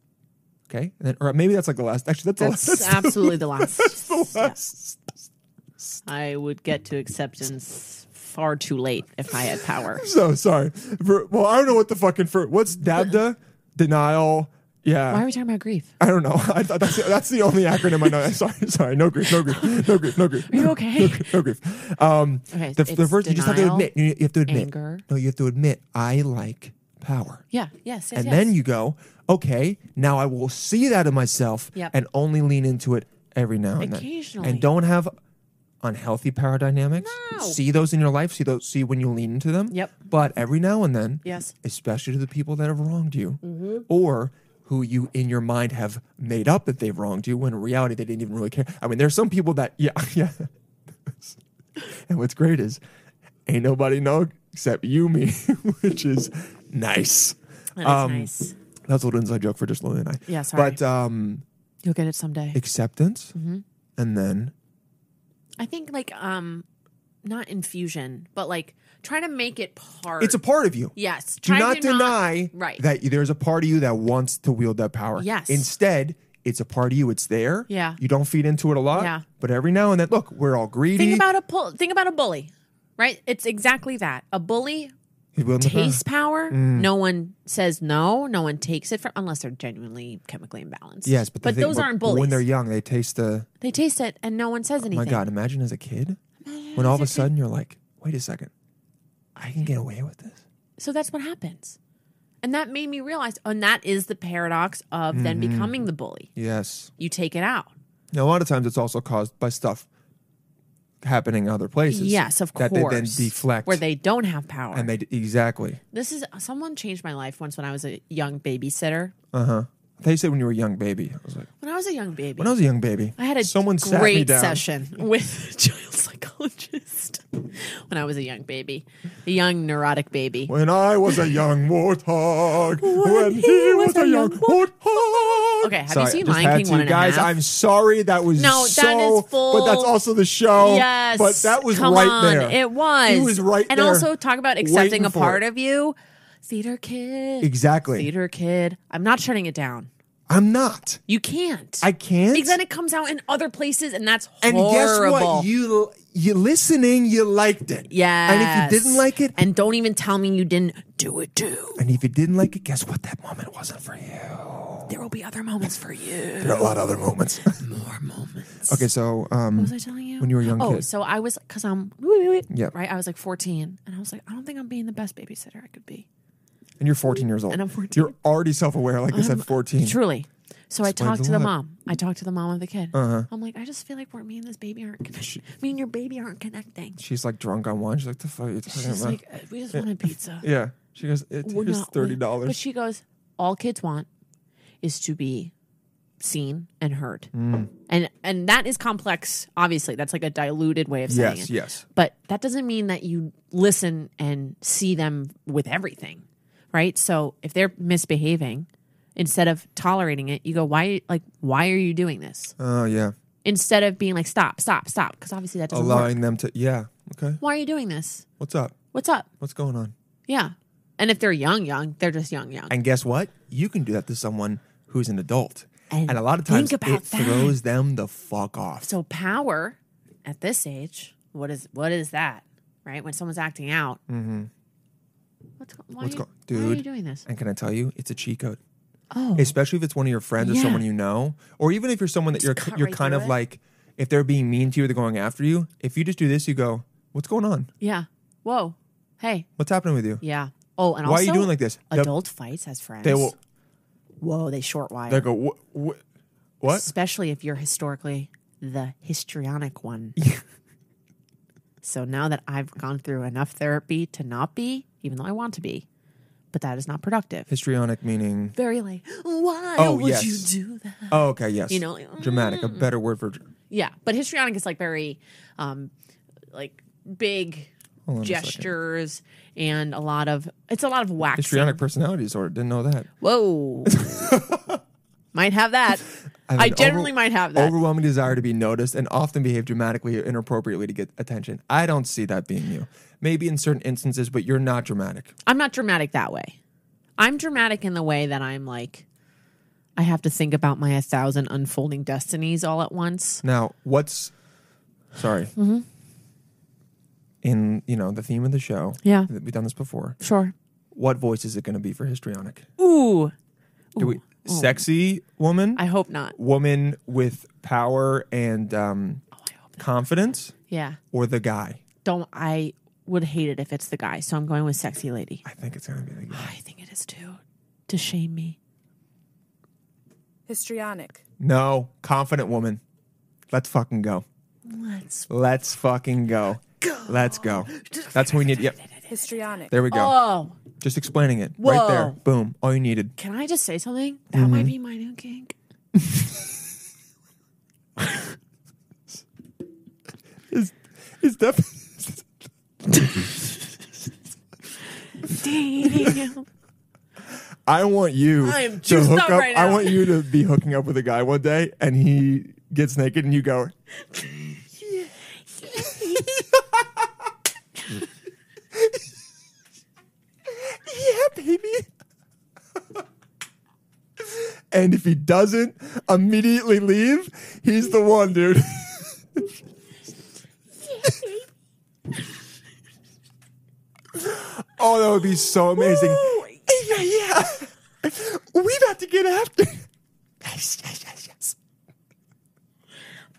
Speaker 3: Okay, and then or maybe that's like the last. Actually, <laughs> that's,
Speaker 4: That's
Speaker 3: the last.
Speaker 4: absolutely the last.
Speaker 3: That's the last.
Speaker 4: I would get to acceptance far too late if I had power.
Speaker 3: <laughs> So sorry. For- well, I don't know what the fucking for. What's dabda? Denial. Yeah.
Speaker 4: Why are we talking about grief?
Speaker 3: I don't know. <laughs> I thought that's, that's the only acronym I know. <laughs> Sorry, sorry. No grief. No grief. No grief. No grief.
Speaker 4: Are you okay?
Speaker 3: No grief. Um,
Speaker 4: Okay,
Speaker 3: the, the
Speaker 4: it's
Speaker 3: first you just have to
Speaker 4: denial,
Speaker 3: admit. You, you have to admit.
Speaker 4: anger.
Speaker 3: No, you have to admit. I like power.
Speaker 4: Yeah. Yes. yes
Speaker 3: And
Speaker 4: yes.
Speaker 3: then you go, okay, now I will see that in myself
Speaker 4: Yep.
Speaker 3: and only lean into it every now and then.
Speaker 4: Occasionally.
Speaker 3: And don't have unhealthy power dynamics.
Speaker 4: No.
Speaker 3: See those in your life. See those. See when you lean into them.
Speaker 4: Yep.
Speaker 3: But every now and then,
Speaker 4: Yes. Mm-hmm.
Speaker 3: especially to the people that have wronged you, or who you in your mind have made up that they've wronged you, when in reality they didn't even really care. I mean, there's some people that <laughs> yeah yeah. and what's great is, ain't nobody know except you me, <laughs> which is nice.
Speaker 4: That is
Speaker 3: um,
Speaker 4: nice.
Speaker 3: That's a little inside joke for just Lily and I.
Speaker 4: Yeah, sorry. Mm-hmm.
Speaker 3: But um,
Speaker 4: You'll get it someday.
Speaker 3: acceptance, and then
Speaker 4: I think like um, not infusion, but like try to make it part.
Speaker 3: it's a part of you.
Speaker 4: yes.
Speaker 3: Do
Speaker 4: try
Speaker 3: not
Speaker 4: to
Speaker 3: deny
Speaker 4: right.
Speaker 3: that there's a part of you that wants to wield that power.
Speaker 4: Yes.
Speaker 3: Instead, it's a part of you. It's there.
Speaker 4: Yeah.
Speaker 3: You don't feed into it a lot.
Speaker 4: Yeah.
Speaker 3: But every now and then, look, we're all greedy.
Speaker 4: think about a pull. Think about a bully, right? It's exactly that. A bully
Speaker 3: He's wielding the power.
Speaker 4: taste power.
Speaker 3: Mm.
Speaker 4: No one says no. No one takes it from unless they're genuinely chemically imbalanced.
Speaker 3: Yes, but, the thing-
Speaker 4: those aren't
Speaker 3: but
Speaker 4: bullies.
Speaker 3: When they're young, they taste the. oh
Speaker 4: they taste it and no one says anything.
Speaker 3: My God, imagine as a kid, when all of a sudden you're like, wait a second, I can get away with this.
Speaker 4: So that's what happens, and that made me realize. oh, And that is the paradox of then
Speaker 3: Mm-hmm.
Speaker 4: becoming the bully.
Speaker 3: Yes.
Speaker 4: You take it out.
Speaker 3: Now, a lot of times it's also caused by stuff happening in other places.
Speaker 4: Yes, of course.
Speaker 3: That they then deflect.
Speaker 4: where they don't have power.
Speaker 3: and they exactly.
Speaker 4: this is someone changed my life once when I was a young babysitter.
Speaker 3: They said when you were a young baby. I was like,
Speaker 4: When I was a young baby,
Speaker 3: when I was a young baby,
Speaker 4: I had a
Speaker 3: someone sat me
Speaker 4: great
Speaker 3: down.
Speaker 4: session with a child psychologist when I was a young baby, a young neurotic baby.
Speaker 3: When I was a young
Speaker 4: <laughs>
Speaker 3: warthog, when he was a young warthog.
Speaker 4: Okay, have you
Speaker 3: Sorry,
Speaker 4: seen
Speaker 3: I just
Speaker 4: Lion
Speaker 3: had
Speaker 4: King
Speaker 3: to.
Speaker 4: one and a
Speaker 3: Guys,
Speaker 4: half?
Speaker 3: I'm sorry that was
Speaker 4: No, that
Speaker 3: so,
Speaker 4: is full-
Speaker 3: but that's also the show.
Speaker 4: Yes,
Speaker 3: oh, but that was
Speaker 4: come
Speaker 3: right
Speaker 4: on.
Speaker 3: there.
Speaker 4: It was.
Speaker 3: He was right
Speaker 4: And
Speaker 3: there
Speaker 4: also talk about accepting
Speaker 3: waiting
Speaker 4: a
Speaker 3: for
Speaker 4: part
Speaker 3: it.
Speaker 4: of you, theater kid.
Speaker 3: Exactly.
Speaker 4: theater kid. I'm not shutting it down.
Speaker 3: I'm not.
Speaker 4: You can't.
Speaker 3: I can't.
Speaker 4: Because then it comes out in other places, and that's
Speaker 3: And
Speaker 4: horrible.
Speaker 3: guess what? You you listening, you liked it.
Speaker 4: Yes.
Speaker 3: And if you didn't like it,
Speaker 4: and don't even tell me you didn't do it too.
Speaker 3: and if you didn't like it, guess what? That moment wasn't for you.
Speaker 4: There will be other moments for you.
Speaker 3: There are a lot of other moments.
Speaker 4: More
Speaker 3: <laughs>
Speaker 4: moments.
Speaker 3: okay, so um,
Speaker 4: What was I telling you?
Speaker 3: when you were a young
Speaker 4: oh,
Speaker 3: kid.
Speaker 4: so I was because I'm
Speaker 3: Yep.
Speaker 4: right. I was like 14, and I was like, I don't think I'm being the best babysitter I could be.
Speaker 3: and you're 14 years old,
Speaker 4: And I'm Um, 14.
Speaker 3: you're already self-aware, like I said, 14.
Speaker 4: Truly. So I
Speaker 3: Explains
Speaker 4: talked
Speaker 3: a
Speaker 4: to the
Speaker 3: lot. Uh-huh.
Speaker 4: mom. I talked to the mom of the kid. I'm like, I just feel like we're, me and this
Speaker 3: <laughs>
Speaker 4: baby aren't connecting. Me and your baby aren't connecting.
Speaker 3: She's like drunk on wine. She's like, the fuck are you talking
Speaker 4: She's
Speaker 3: about?
Speaker 4: like, "Uh, we just want a
Speaker 3: <laughs>
Speaker 4: pizza.
Speaker 3: yeah. She goes, it
Speaker 4: We're
Speaker 3: is
Speaker 4: not- we-
Speaker 3: thirty dollars.
Speaker 4: But she goes, all kids want is to be seen and heard,
Speaker 3: Mm.
Speaker 4: and and that is complex. Obviously, that's like a diluted way of saying
Speaker 3: yes,
Speaker 4: it.
Speaker 3: yes.
Speaker 4: But that doesn't mean that you listen and see them with everything, right? So if they're misbehaving, instead of tolerating it, you go, why? Like, why are you doing this?
Speaker 3: Oh yeah.
Speaker 4: Instead of being like, stop, stop, stop, because obviously that doesn't work.
Speaker 3: Allowing them to yeah. Okay.
Speaker 4: Why are you doing this?
Speaker 3: What's up?
Speaker 4: What's up?
Speaker 3: What's going on?
Speaker 4: Yeah. And if they're young, young, they're just young, young.
Speaker 3: And guess what? You can do that to someone who's an adult. And,
Speaker 4: And
Speaker 3: a lot of times
Speaker 4: think about
Speaker 3: it
Speaker 4: that.
Speaker 3: throws them the fuck off.
Speaker 4: So power at this age, what is what is that? Right when someone's acting out. Mm-hmm. What's, go- why
Speaker 3: What's
Speaker 4: are you,
Speaker 3: go-
Speaker 4: Why are you
Speaker 3: Dude.
Speaker 4: doing this?
Speaker 3: and can I tell you, it's a cheat code.
Speaker 4: Oh,
Speaker 3: Especially if it's one of your friends or
Speaker 4: Yeah.
Speaker 3: someone you know, or even if you're someone that you're
Speaker 4: cut
Speaker 3: you're
Speaker 4: right
Speaker 3: kind
Speaker 4: through
Speaker 3: of
Speaker 4: it.
Speaker 3: like, if they're being mean to you, they're going after you. If you just do this, you go, "What's going on?
Speaker 4: yeah. Whoa. Hey.
Speaker 3: What's happening with you?
Speaker 4: Yeah. Oh, and
Speaker 3: Why are
Speaker 4: also,
Speaker 3: you doing like this?" They'll-
Speaker 4: Adult fights as friends.
Speaker 3: They will.
Speaker 4: Whoa, they short wire.
Speaker 3: They go, "Wh- wh- "What?
Speaker 4: Especially if you're historically the histrionic
Speaker 3: <laughs>
Speaker 4: one. so now that I've gone through enough therapy to not be, even though I want to be, but that is not productive.
Speaker 3: Histrionic meaning?
Speaker 4: Very like, why
Speaker 3: Oh,
Speaker 4: would
Speaker 3: yes.
Speaker 4: you do that?
Speaker 3: Oh, okay, yes.
Speaker 4: You know, mm. like,
Speaker 3: dramatic. A better word for dr-
Speaker 4: Yeah, but histrionic is like very, um, like big
Speaker 3: Hold on a second.
Speaker 4: gestures and a lot of it's a lot of waxing.
Speaker 3: histrionic personality disorder. Didn't know that.
Speaker 4: Whoa, <laughs> might have that.
Speaker 3: have
Speaker 4: I
Speaker 3: an
Speaker 4: generally
Speaker 3: overwhel-
Speaker 4: might have that.
Speaker 3: Overwhelming desire to be noticed and often behave dramatically or inappropriately to get attention. I don't see that being you. Maybe in certain instances, but you're not dramatic.
Speaker 4: I'm not dramatic that way. I'm dramatic in the way that I'm like, I have to think about my a thousand unfolding destinies all at once.
Speaker 3: Now, what's sorry.
Speaker 4: Mm-hmm.
Speaker 3: In you know the theme of the show,
Speaker 4: Yeah.
Speaker 3: we've done this before.
Speaker 4: Sure.
Speaker 3: What voice is it going to be for histrionic?
Speaker 4: Ooh,
Speaker 3: Do we sexy woman,
Speaker 4: I hope not.
Speaker 3: woman with power and um,
Speaker 4: I hope not.
Speaker 3: confidence,
Speaker 4: Yeah,
Speaker 3: or the guy?
Speaker 4: don't. I would hate it if it's the guy. So I'm going with sexy lady.
Speaker 3: I think it's going to be the guy.
Speaker 4: I think it is too. To shame me.
Speaker 2: Histrionic.
Speaker 3: No, confident woman. Let's fucking go.
Speaker 4: Let's
Speaker 3: Let's fucking go. Let's go. That's what we need. Yep.
Speaker 2: Histrionic.
Speaker 3: There we go.
Speaker 4: Oh,
Speaker 3: Just explaining it right there.
Speaker 4: Whoa.
Speaker 3: Boom. All you needed.
Speaker 4: can I just say something? That might be my new kink. <laughs>
Speaker 3: It's, it's definitely.
Speaker 4: Damn.
Speaker 3: I want you
Speaker 4: I am
Speaker 3: to
Speaker 4: juiced
Speaker 3: hook
Speaker 4: up
Speaker 3: up.
Speaker 4: right
Speaker 3: I
Speaker 4: now.
Speaker 3: want you to be hooking up with a guy one day, and he gets naked, and you go. yeah, baby. and if he doesn't immediately leave, he's the one,
Speaker 4: <laughs>
Speaker 3: dude. oh, that would be so amazing. Yeah, yeah. We about to get after. yes, yes, yes, yes.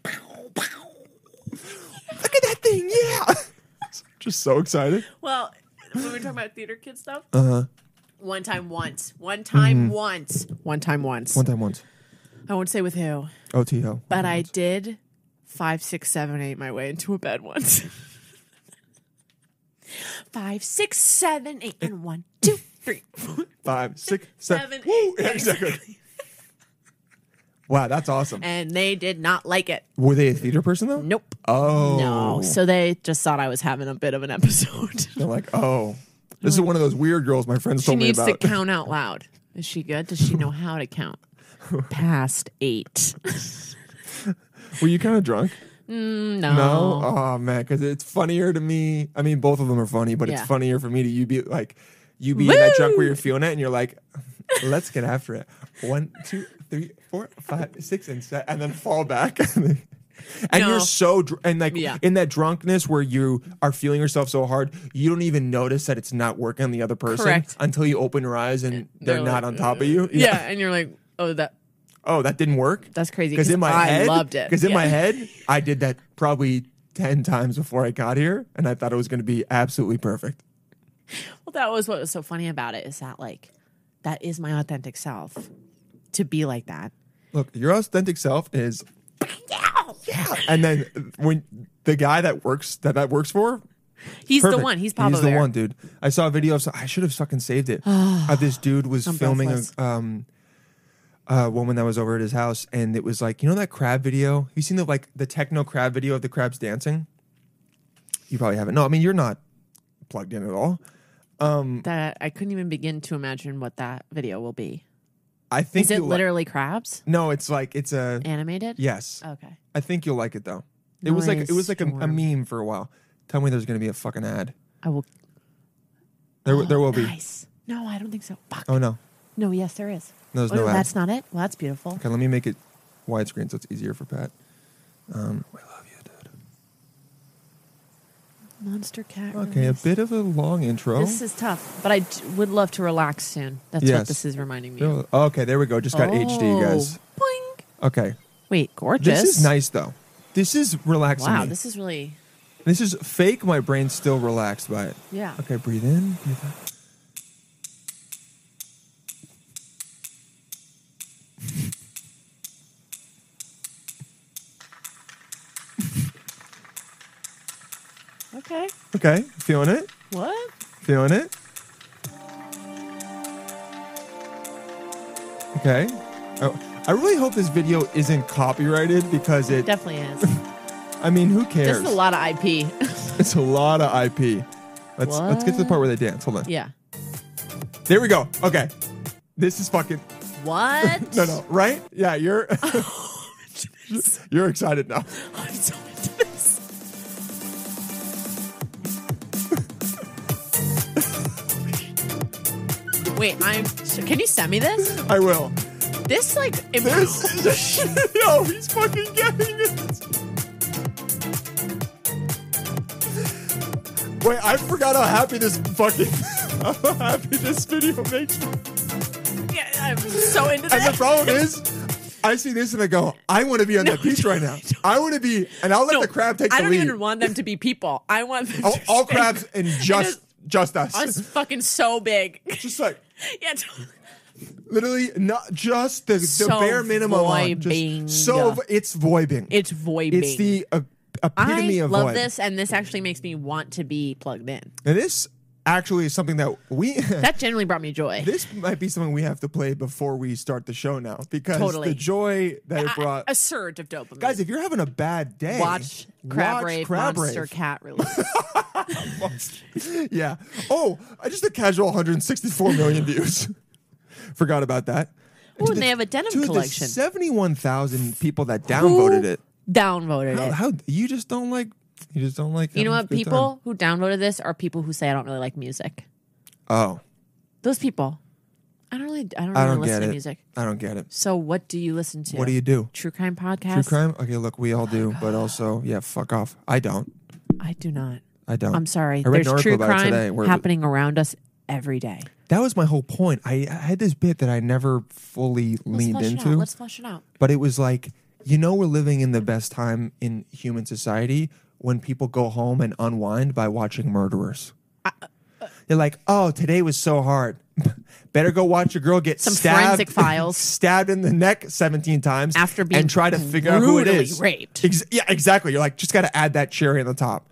Speaker 3: Look at that thing, yeah. Just so excited.
Speaker 4: well, when we we're talking about theater kid stuff,
Speaker 3: Uh-huh.
Speaker 4: one time once, one time once, one time once.
Speaker 3: Mm-hmm. One time once.
Speaker 4: I won't say with who,
Speaker 3: OTO.
Speaker 4: but I did five, six, seven, eight my way into a bed once. <laughs> five, six, seven, eight, and one, two, three, four,
Speaker 3: Five, six, <laughs> seven.
Speaker 4: seven,
Speaker 3: Woo!
Speaker 4: eight,
Speaker 3: Yeah, exactly. Wow, that's awesome.
Speaker 4: and they did not like it.
Speaker 3: Were they a theater person though?
Speaker 4: Nope.
Speaker 3: Oh.
Speaker 4: No. So they just thought I was having a bit of
Speaker 3: <laughs>
Speaker 4: an episode.
Speaker 3: They're like, oh, this is one of those weird girls my friends
Speaker 4: she
Speaker 3: told me
Speaker 4: needs to
Speaker 3: about.
Speaker 4: count out loud. Is she good? Does she know how
Speaker 3: <laughs>
Speaker 4: to count? Past eight.
Speaker 3: Were you kind of drunk?
Speaker 4: No.
Speaker 3: No, oh man, because it's funnier to me. I mean, both of them are funny, but it's
Speaker 4: Yeah.
Speaker 3: funnier for me to you be like you be in that drunk where you're feeling it, and you're like, let's get after it. One, two, three, four, five, six, and seven, and then fall back. <laughs> and
Speaker 4: No.
Speaker 3: you're so dr- and like
Speaker 4: Yeah.
Speaker 3: in that drunkenness where you are feeling yourself so hard, you don't even notice that it's not working on the other person
Speaker 4: Correct.
Speaker 3: until you open your eyes and they're,
Speaker 4: They're
Speaker 3: not
Speaker 4: like,
Speaker 3: on top of you.
Speaker 4: Yeah, and you're like, oh, that
Speaker 3: Oh, that didn't work.
Speaker 4: that's crazy.
Speaker 3: Because in my
Speaker 4: I
Speaker 3: head,
Speaker 4: loved it.
Speaker 3: Because in
Speaker 4: Yeah.
Speaker 3: my head, I did that probably ten times before I got here, and I thought it was going to be absolutely perfect.
Speaker 4: well, that was what was so funny about it is that like, that is my authentic self to be like that,
Speaker 3: Look, your authentic self is yeah. And then when the guy that works that that works for
Speaker 4: He's
Speaker 3: Perfect.
Speaker 4: the one. He's Pablo.
Speaker 3: He's the
Speaker 4: there.
Speaker 3: one, dude. I saw a video of. I should have fucking saved
Speaker 4: <sighs>
Speaker 3: it. of this dude was
Speaker 4: I'm
Speaker 3: filming
Speaker 4: breathless.
Speaker 3: a um, a woman that was over at his house, and it was like you know that crab video. Have you seen the like the techno crab video of the crabs dancing? You probably haven't. No, I mean you're not plugged in at all.
Speaker 4: That I couldn't even begin to imagine what that video will be.
Speaker 3: I think
Speaker 4: Is it
Speaker 3: you'll li-
Speaker 4: literally crabs
Speaker 3: no, it's like it's a
Speaker 4: animated?
Speaker 3: yes.
Speaker 4: Okay.
Speaker 3: I think you'll like it though. It was like it
Speaker 4: Nice
Speaker 3: was like a, a
Speaker 4: storm.
Speaker 3: meme for a while. Tell me there's gonna be a fucking ad.
Speaker 4: I will.
Speaker 3: There w there will be.
Speaker 4: Oh, Nice. No, I don't think so. Fuck.
Speaker 3: Oh no,
Speaker 4: No, yes, there is.
Speaker 3: No, there's
Speaker 4: oh,
Speaker 3: no ad.
Speaker 4: that's not it. Well, that's beautiful.
Speaker 3: Okay, let me make it widescreen so it's easier for Pat. Um, we love you, dude.
Speaker 4: Monster cat.
Speaker 3: Okay, a
Speaker 4: release.
Speaker 3: bit of a long intro.
Speaker 4: This is tough, but I d- would love to relax soon. That's
Speaker 3: Yes.
Speaker 4: what this is reminding me. of.
Speaker 3: okay, there we go. Just got HD, guys.
Speaker 4: Oh, boing.
Speaker 3: Okay,
Speaker 4: Wait, gorgeous.
Speaker 3: this is nice though. This is relaxing.
Speaker 4: Wow,
Speaker 3: me.
Speaker 4: this is really.
Speaker 3: This is fake. My brain's still relaxed by it.
Speaker 4: Yeah.
Speaker 3: Okay, breathe in. Breathe out.
Speaker 4: Okay.
Speaker 3: Okay, feeling it.
Speaker 4: What?
Speaker 3: Feeling it. Okay. Oh, I really hope this video isn't copyrighted because it.
Speaker 4: Definitely
Speaker 3: <laughs>
Speaker 4: is.
Speaker 3: I mean, who cares?
Speaker 4: This is a lot of IP.
Speaker 3: It's a lot of IP. Let's let's get to the part where they dance. Hold on.
Speaker 4: <laughs> yeah.
Speaker 3: There we go. Okay. This is fucking <laughs>
Speaker 4: What?
Speaker 3: no
Speaker 4: <laughs>
Speaker 3: no right? Yeah, you're <laughs> you're excited now.
Speaker 4: I'm so into this. <laughs> Wait, I'm. so Can you send me this?
Speaker 3: I will.
Speaker 4: This like. Im-
Speaker 3: This
Speaker 4: <laughs>
Speaker 3: <laughs> is yo. He's fucking getting it. Wait, I forgot how happy this fucking <laughs> how happy this video makes me.
Speaker 4: Yeah, I'm so into
Speaker 3: And the
Speaker 4: this.
Speaker 3: problem is, I see this and I go, I want to be on that beach right now. I want to be, and I'll let the crab take
Speaker 4: I
Speaker 3: the
Speaker 4: don't
Speaker 3: lead.
Speaker 4: even want them to be people. I want them <laughs>
Speaker 3: all,
Speaker 4: to
Speaker 3: all
Speaker 4: stay-
Speaker 3: crabs and just just us.
Speaker 4: Us fucking so big. <laughs>
Speaker 3: Just like
Speaker 4: yeah. totally.
Speaker 3: literally not just the, the
Speaker 4: So
Speaker 3: bare minimum on
Speaker 4: voibing.
Speaker 3: just so vo- it's voibing.
Speaker 4: It's voibing.
Speaker 3: It's the uh, epitome
Speaker 4: I
Speaker 3: of
Speaker 4: love
Speaker 3: voib.
Speaker 4: this, and this actually makes me want to be plugged in.
Speaker 3: Now, this actually is something that we <laughs>
Speaker 4: That generally brought me joy.
Speaker 3: this might be something we have to play before we start the show now because
Speaker 4: Totally.
Speaker 3: the joy that it
Speaker 4: I-
Speaker 3: brought
Speaker 4: a surge of dopamine.
Speaker 3: guys if you're having a bad day
Speaker 4: watch Crab
Speaker 3: watch
Speaker 4: Rave
Speaker 3: Crab
Speaker 4: Monster
Speaker 3: Rave. <laughs>
Speaker 4: Cat release.
Speaker 3: yeah oh I just a casual 164 million views <laughs> forgot about that
Speaker 4: Ooh, and they have a denim
Speaker 3: to
Speaker 4: collection.
Speaker 3: the 71,000 people that downvoted
Speaker 4: Who
Speaker 3: it Oh,
Speaker 4: Downvoted
Speaker 3: How,
Speaker 4: it.
Speaker 3: how you just don't like you just don't like
Speaker 4: You know
Speaker 3: having a
Speaker 4: what?
Speaker 3: good
Speaker 4: People who downvoted this are people who say I don't really like music.
Speaker 3: time. Oh,
Speaker 4: Those people. I don't really. I don't really
Speaker 3: I don't
Speaker 4: listen
Speaker 3: get
Speaker 4: to
Speaker 3: it.
Speaker 4: music.
Speaker 3: I don't get it.
Speaker 4: So what do you listen to?
Speaker 3: What do you do?
Speaker 4: True crime
Speaker 3: True
Speaker 4: podcast.
Speaker 3: crime? Okay, look, we all do, but also, yeah, fuck off. I don't.
Speaker 4: I do not.
Speaker 3: I don't.
Speaker 4: I'm sorry.
Speaker 3: I read an
Speaker 4: There's
Speaker 3: article
Speaker 4: true
Speaker 3: about it
Speaker 4: crime
Speaker 3: today. Where it was-
Speaker 4: happening around us every day.
Speaker 3: that was my whole point. I, I had this bit that I never fully
Speaker 4: Let's
Speaker 3: leaned
Speaker 4: flush it
Speaker 3: into,
Speaker 4: out. Let's flush it out.
Speaker 3: but it was like, you know, we're living in the best time in human society when people go home and unwind by watching murderers.
Speaker 4: uh,
Speaker 3: They're like, oh, today was so hard. <laughs> Better go watch a girl get
Speaker 4: Some
Speaker 3: stabbed, <laughs>
Speaker 4: forensic files.
Speaker 3: stabbed in the neck 17 times
Speaker 4: After being
Speaker 3: and try to figure out who it
Speaker 4: brutally
Speaker 3: is.
Speaker 4: raped.
Speaker 3: Ex- yeah, exactly. You're like, just got to add that cherry on the top.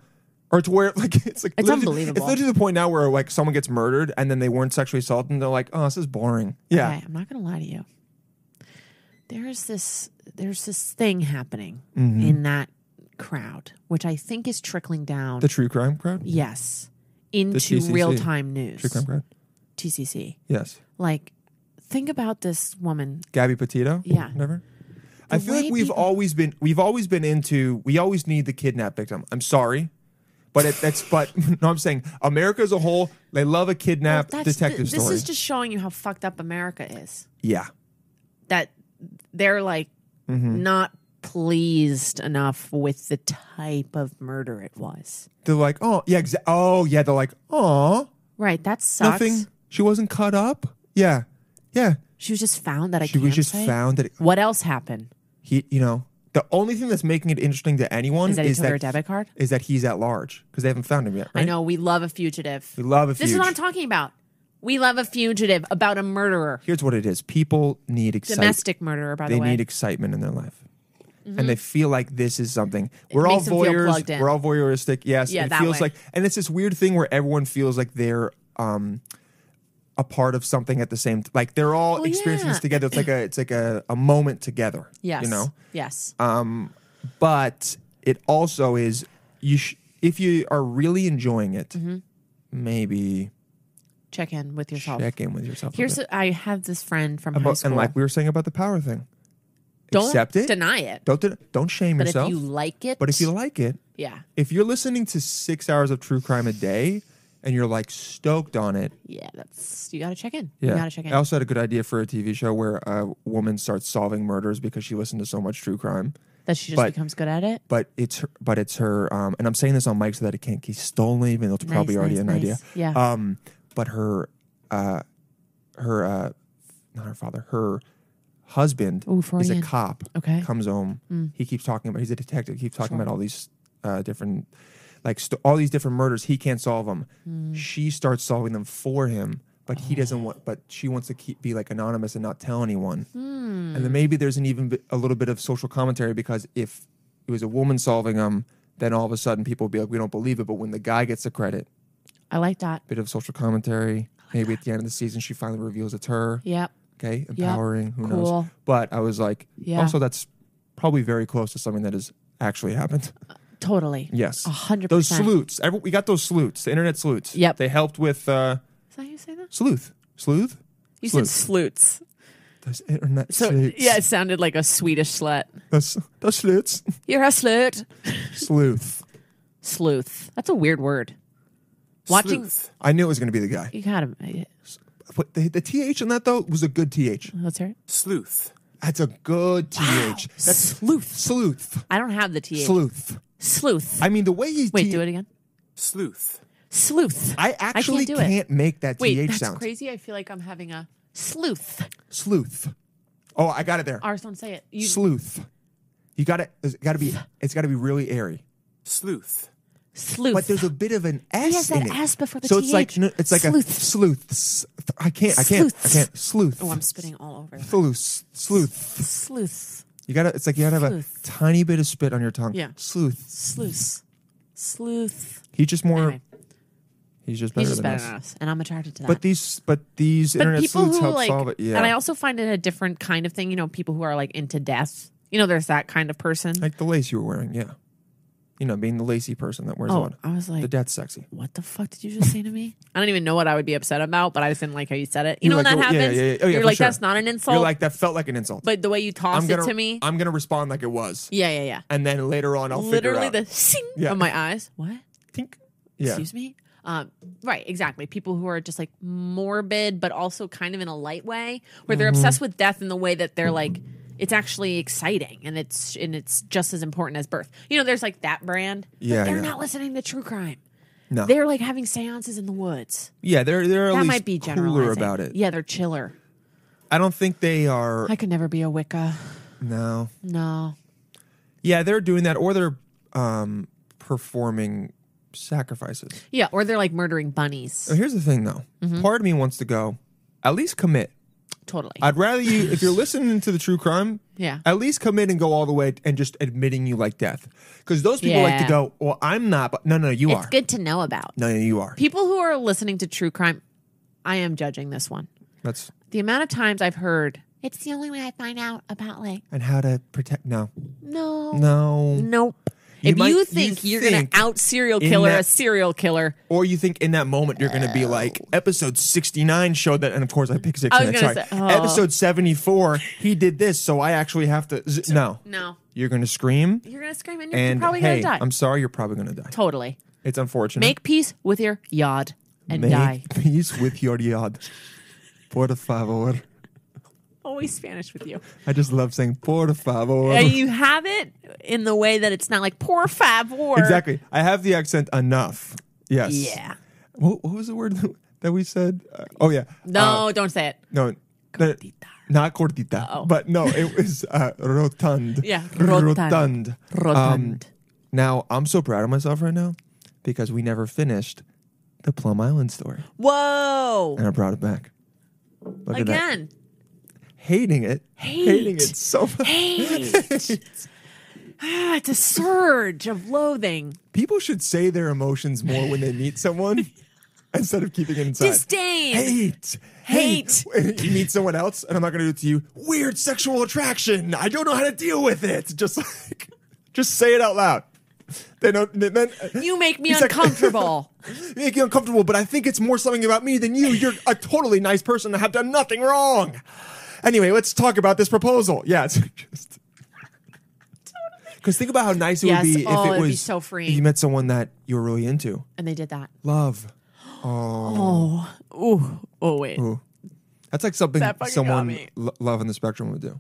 Speaker 3: Or to where <laughs> like it's like
Speaker 4: It's
Speaker 3: literally-
Speaker 4: unbelievable.
Speaker 3: It's literally the point now where like someone gets murdered and then they weren't sexually assaulted and they're like, oh, this is boring. Yeah,
Speaker 4: Okay, I'm not going to lie to you. There's this there's this thing happening
Speaker 3: Mm-hmm.
Speaker 4: in that crowd, which I think is trickling down.
Speaker 3: the true crime crowd.
Speaker 4: yes, into
Speaker 3: TCC.
Speaker 4: real time news.
Speaker 3: True crime crowd.
Speaker 4: TCC.
Speaker 3: Yes,
Speaker 4: Like, think about this woman.
Speaker 3: Gabby Petito.
Speaker 4: Yeah.
Speaker 3: never. I feel like
Speaker 4: way
Speaker 3: we've
Speaker 4: people-
Speaker 3: always been we've always been into we always need the kidnap victim. I'm sorry, but it, that's but <laughs> no, I'm saying America as a whole they love a kidnap
Speaker 4: That's
Speaker 3: detective
Speaker 4: th- this
Speaker 3: story.
Speaker 4: is just showing you how fucked up America is.
Speaker 3: yeah,
Speaker 4: That they're like
Speaker 3: Mm-hmm.
Speaker 4: not pleased enough with the type of murder it was.
Speaker 3: they're like oh yeah exa- oh yeah they're like oh
Speaker 4: Right. That sucks.
Speaker 3: nothing she wasn't cut up yeah yeah
Speaker 4: She was just found that I
Speaker 3: she was just found that
Speaker 4: What else happened?
Speaker 3: he you know the only thing that's making it interesting to anyone
Speaker 4: Is that he took her
Speaker 3: that-
Speaker 4: debit card?
Speaker 3: is that he's at large because they haven't found him yet. Right?
Speaker 4: I know we love a fugitive.
Speaker 3: we love a
Speaker 4: This is
Speaker 3: fuge.
Speaker 4: what I'm talking about. We love a fugitive about a murderer,
Speaker 3: Here's what it is: people need excitement.
Speaker 4: domestic murderer, by
Speaker 3: They
Speaker 4: the way. Mm-hmm.
Speaker 3: need excitement in their life. And they feel like this is something. We're all
Speaker 4: makes them feel plugged
Speaker 3: voyeurs.
Speaker 4: in.
Speaker 3: We're all voyeuristic. Yes.
Speaker 4: Yeah,
Speaker 3: and it
Speaker 4: that
Speaker 3: feels
Speaker 4: way.
Speaker 3: like and it's this weird thing where everyone feels like they're um a part of something at the same t- like they're all experiencing this
Speaker 4: Oh, yeah.
Speaker 3: together. It's like a it's like a, a moment together.
Speaker 4: yes.
Speaker 3: You know? Uh,
Speaker 4: Yes.
Speaker 3: But it also is you sh- if you are really enjoying it,
Speaker 4: Mm-hmm.
Speaker 3: maybe
Speaker 4: Check in with yourself.
Speaker 3: check in with yourself. a
Speaker 4: Here's
Speaker 3: bit.
Speaker 4: a, I have this friend from high
Speaker 3: About-
Speaker 4: school.
Speaker 3: and like we were saying about the power thing.
Speaker 4: don't
Speaker 3: accept it.
Speaker 4: deny it.
Speaker 3: Don't den- don't shame
Speaker 4: but
Speaker 3: yourself.
Speaker 4: if you like it,
Speaker 3: but if you like it,
Speaker 4: yeah,
Speaker 3: if you're listening to six hours of true crime a day and you're like stoked on it,
Speaker 4: yeah, that's you got to check in.
Speaker 3: yeah.
Speaker 4: You got to check in.
Speaker 3: I also had a good idea for a TV show where a woman starts solving murders because she listened to so much true crime.
Speaker 4: that she just
Speaker 3: but-
Speaker 4: becomes good at it.
Speaker 3: But it's her, but it's her, um, and I'm saying this on mic so that it can't get stolen, even though it's probably
Speaker 4: Nice,
Speaker 3: already
Speaker 4: nice,
Speaker 3: an idea.
Speaker 4: nice. Yeah.
Speaker 3: Um, but her, uh, her, uh, not her father, her husband
Speaker 4: Ooh,
Speaker 3: is a
Speaker 4: Freudian.
Speaker 3: cop.
Speaker 4: Okay. Hmm.
Speaker 3: comes home. He keeps talking about he's a detective. He keeps talking about all these uh, different, like st- all these different murders. He can't solve them.
Speaker 4: Hmm.
Speaker 3: She starts solving them for him, but he
Speaker 4: Oh.
Speaker 3: doesn't want. But she wants to keep be like anonymous and not tell anyone.
Speaker 4: Hmm.
Speaker 3: And then maybe there's an even bit, a little bit of social commentary because if it was a woman solving them, then all of a sudden people would be like, we don't believe it. But when the guy gets the credit,
Speaker 4: I like that.
Speaker 3: bit of social commentary. Maybe at the end of the season, she finally reveals it's her.
Speaker 4: Yep.
Speaker 3: Okay, empowering. Who knows?
Speaker 4: Cool.
Speaker 3: But I was like,
Speaker 4: Yeah.
Speaker 3: also that's probably very close to something that has actually happened.
Speaker 4: Totally.
Speaker 3: Yes,
Speaker 4: A hundred
Speaker 3: Those
Speaker 4: percent.
Speaker 3: sleuths. Every, we got those sleuths. The internet sleuths.
Speaker 4: Yep.
Speaker 3: They helped with uh,
Speaker 4: Is that how you say that?
Speaker 3: sleuth. Sleuth.
Speaker 4: You
Speaker 3: said
Speaker 4: said sleuts.
Speaker 3: Those internet
Speaker 4: So
Speaker 3: sleuths.
Speaker 4: yeah, it sounded like a Swedish slut.
Speaker 3: Those, those sleuths.
Speaker 4: You're a slut.
Speaker 3: sleuth.
Speaker 4: Sleuth. That's a weird word. Watching.
Speaker 3: Sleuth. I knew it was going to be the guy.
Speaker 4: You got him.
Speaker 3: But the, the th on that though was a good th.
Speaker 4: Let's hear it.
Speaker 2: Sleuth.
Speaker 3: That's a good th. That's
Speaker 4: Sleuth.
Speaker 3: sleuth.
Speaker 4: I don't have the th.
Speaker 3: Sleuth.
Speaker 4: Sleuth.
Speaker 3: I mean, the way he.
Speaker 4: Wait, do it again.
Speaker 2: Sleuth.
Speaker 4: Sleuth.
Speaker 3: I actually
Speaker 4: do
Speaker 3: can't,
Speaker 4: it.
Speaker 3: make that
Speaker 4: Wait,
Speaker 3: th
Speaker 4: that's
Speaker 3: sound.
Speaker 4: crazy. I feel like I'm having a sleuth.
Speaker 3: Sleuth. Oh, I got it there.
Speaker 4: Ours don't say it. You,
Speaker 3: Sleuth. You got it. It's got to be. It's got to be really airy.
Speaker 2: Sleuth.
Speaker 4: sleuth.
Speaker 3: But there's a bit of an S
Speaker 4: has
Speaker 3: in
Speaker 4: that
Speaker 3: it.
Speaker 4: S before the
Speaker 3: so it's like
Speaker 4: TH.
Speaker 3: no, it's like a
Speaker 4: Sleuth.
Speaker 3: sleuth. S- I can't. I can't. I
Speaker 4: Sleuth.
Speaker 3: can't. Sleuth.
Speaker 4: oh, I'm spitting
Speaker 3: <laughs>
Speaker 4: all over. that.
Speaker 3: Sleuth. Sleuth.
Speaker 4: Sleuth.
Speaker 3: You gotta. It's like you gotta have a
Speaker 4: Sleuth.
Speaker 3: tiny bit of spit on your tongue.
Speaker 4: Yeah.
Speaker 3: Sleuth.
Speaker 4: Sleuth. Sleuth.
Speaker 3: He's just more.
Speaker 4: Anyway,
Speaker 3: He's just better
Speaker 4: he's just
Speaker 3: than
Speaker 4: better
Speaker 3: us.
Speaker 4: than us, and I'm attracted to that.
Speaker 3: But these. But these
Speaker 4: But
Speaker 3: internet
Speaker 4: people
Speaker 3: sleuths
Speaker 4: who
Speaker 3: help
Speaker 4: like,
Speaker 3: solve it. Yeah.
Speaker 4: and I also find it a different kind of thing. You know, people who are like into death. You know, there's that kind of person.
Speaker 3: like the lace you were wearing. Yeah. You know, being the lacy person that wears
Speaker 4: oh,
Speaker 3: on.
Speaker 4: I was
Speaker 3: The
Speaker 4: like,
Speaker 3: dad's sexy.
Speaker 4: what the fuck did you just say
Speaker 3: <laughs>
Speaker 4: to me? I don't even know what I would be upset about, but I just didn't like how you said it. You know
Speaker 3: You're
Speaker 4: when
Speaker 3: like,
Speaker 4: that
Speaker 3: "Oh, yeah,
Speaker 4: happens,
Speaker 3: yeah, yeah. Oh, yeah,
Speaker 4: you're
Speaker 3: for
Speaker 4: like,
Speaker 3: sure.
Speaker 4: that's not an insult.
Speaker 3: You're like that felt like an insult.
Speaker 4: but the way you
Speaker 3: I'm
Speaker 4: tossed
Speaker 3: gonna
Speaker 4: it to me,
Speaker 3: I'm gonna respond like it was,
Speaker 4: yeah, yeah, yeah.
Speaker 3: and then later on I'll
Speaker 4: Literally
Speaker 3: figure
Speaker 4: the <laughs>
Speaker 3: out.
Speaker 4: sing
Speaker 3: Yeah.
Speaker 4: of my eyes. What?
Speaker 3: think. Yeah,
Speaker 4: Excuse me. Um, right, exactly. People who are just like morbid, but also kind of in a light way, where
Speaker 3: Mm-hmm.
Speaker 4: they're obsessed with death in the way that they're like, it's actually exciting and it's and it's just as important as birth. You know, there's like that brand. but
Speaker 3: Yeah,
Speaker 4: they're
Speaker 3: yeah.
Speaker 4: not listening to true crime.
Speaker 3: no.
Speaker 4: They're like having seances in the woods.
Speaker 3: yeah, they're they're at
Speaker 4: that
Speaker 3: least
Speaker 4: might be
Speaker 3: cooler
Speaker 4: generalizing.
Speaker 3: about it.
Speaker 4: Yeah, they're chiller.
Speaker 3: I don't think they are.
Speaker 4: I could never be a Wicca.
Speaker 3: no.
Speaker 4: No.
Speaker 3: Yeah, they're doing that, or they're um, performing sacrifices.
Speaker 4: Yeah, or they're like murdering bunnies.
Speaker 3: But here's the thing, though.
Speaker 4: Mm-hmm.
Speaker 3: Part of me wants to go. At least commit.
Speaker 4: Totally.
Speaker 3: I'd rather you, if you're listening to the true crime,
Speaker 4: Yeah.
Speaker 3: at least commit and go all the way and just admitting you like death, because those people like to
Speaker 4: Yeah.
Speaker 3: go. Well, I'm not, but no, no, you
Speaker 4: it's
Speaker 3: are.
Speaker 4: good to know about.
Speaker 3: No, no, you are.
Speaker 4: People who are listening to true crime, I am judging this one.
Speaker 3: That's
Speaker 4: the amount of times I've heard it's the only way I find out about like
Speaker 3: and how to protect. No,
Speaker 4: no
Speaker 3: no.
Speaker 4: nope.
Speaker 3: You
Speaker 4: if
Speaker 3: might- you
Speaker 4: you think you are
Speaker 3: think
Speaker 4: gonna out serial
Speaker 3: in
Speaker 4: killer
Speaker 3: that-
Speaker 4: a serial killer,
Speaker 3: Or you think in that moment you're going to be like, episode 69 showed that, and of course I picked 69.
Speaker 4: I was
Speaker 3: sorry.
Speaker 4: gonna say, oh.
Speaker 3: Episode 74, he did this, so I actually have to. Z- no.
Speaker 4: no,
Speaker 3: You're going to scream,
Speaker 4: you're gonna scream and you're
Speaker 3: and
Speaker 4: probably
Speaker 3: hey,
Speaker 4: gonna die.
Speaker 3: I'm sorry, you're probably going to die.
Speaker 4: totally
Speaker 3: It's unfortunate.
Speaker 4: make peace with your yod and
Speaker 3: Make
Speaker 4: die.
Speaker 3: peace with your yard. Por favor.
Speaker 4: Always Spanish with you.
Speaker 3: I just love saying por favor.
Speaker 4: and you have it in the way that it's not like poor favor.
Speaker 3: exactly. I have the accent enough. Yes.
Speaker 4: Yeah.
Speaker 3: What, what was the word <laughs> that we said? Uh, oh, yeah. Uh,
Speaker 4: No, don't say it.
Speaker 3: No, the- not cortita, but no,
Speaker 4: <laughs>
Speaker 3: it was uh, rotund.
Speaker 4: Oh. Yeah,
Speaker 3: rotund.
Speaker 4: rotund.
Speaker 3: Um,
Speaker 4: Rotund.
Speaker 3: now I'm so proud of myself right now because we never finished the Plum Island story,
Speaker 4: Whoa!
Speaker 3: and I brought it back. uh, Look at that.
Speaker 4: Again.
Speaker 3: Hating it. Hating
Speaker 4: Hate.
Speaker 3: it so much. <laughs>
Speaker 4: Hate. <gasps> ah, it's a surge of loathing.
Speaker 3: People should say their emotions more when they meet
Speaker 4: <laughs>
Speaker 3: someone instead of keeping it inside.
Speaker 4: Disdain.
Speaker 3: Hate.
Speaker 4: Hate.
Speaker 3: Hate. You meet someone else, and I'm not going to do it to you. Weird sexual attraction. I don't know how to deal with it. Just like, just say it out loud. They don't. Then, then-
Speaker 4: You make me
Speaker 3: He's like- <laughs>
Speaker 4: uncomfortable.
Speaker 3: make you uncomfortable, but I think it's more something about me than you. You're a totally nice person. I have done nothing wrong. Anyway, let's talk about this proposal. Yeah, it's <laughs> just because think about how nice it
Speaker 4: Yes,
Speaker 3: would be
Speaker 4: oh,
Speaker 3: if it
Speaker 4: it'd be
Speaker 3: was
Speaker 4: so
Speaker 3: free.
Speaker 4: freeing.
Speaker 3: You met someone that you were really into.
Speaker 4: and they did that.
Speaker 3: Love.
Speaker 4: Ooh. Oh, wait.
Speaker 3: Mm. That's like something
Speaker 4: That fucking got
Speaker 3: someone
Speaker 4: me.
Speaker 3: lo- Love on the Spectrum would do.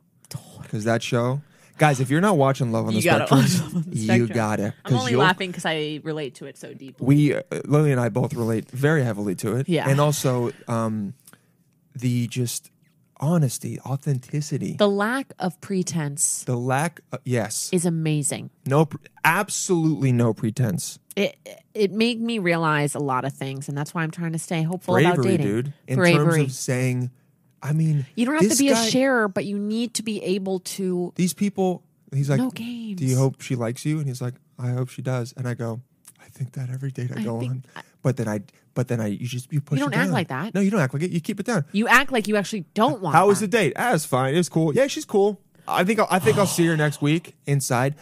Speaker 3: Because that show, guys, if you're not watching Love on the
Speaker 4: You gotta
Speaker 3: Spectrum,
Speaker 4: watch Love on the
Speaker 3: you
Speaker 4: Spectrum.
Speaker 3: gotta.
Speaker 4: I'm
Speaker 3: 'cause
Speaker 4: only
Speaker 3: you'll-
Speaker 4: laughing because I relate to it so deeply.
Speaker 3: we uh, Lily and I both relate very heavily to it.
Speaker 4: Yeah.
Speaker 3: and also um, the just honesty, authenticity, the,
Speaker 4: The lack of pretense
Speaker 3: lack. Of, yes,
Speaker 4: is amazing.
Speaker 3: no, pre- absolutely no pretense.
Speaker 4: It it made me realize a lot of things, and that's why I'm trying to stay hopeful about
Speaker 3: Bravery,
Speaker 4: dating.
Speaker 3: dude. In
Speaker 4: Bravery.
Speaker 3: terms of saying, I mean,
Speaker 4: you don't have to
Speaker 3: this
Speaker 4: be
Speaker 3: guy-
Speaker 4: a sharer, but you need to be able to.
Speaker 3: These people. He's like,
Speaker 4: No
Speaker 3: Do
Speaker 4: games.
Speaker 3: you hope she likes you? And he's like, I hope she does. And I go, I think that every date I, go
Speaker 4: think-
Speaker 3: on. But then I, but then I, you just you push.
Speaker 4: don't
Speaker 3: it
Speaker 4: act
Speaker 3: down.
Speaker 4: like that.
Speaker 3: No, you don't act like it. You keep it down.
Speaker 4: You act like you actually don't want.
Speaker 3: How was the
Speaker 4: that.
Speaker 3: date? Ah, it's fine. It was cool. Yeah, she's cool. I think I'll, I think I'll see her next week inside.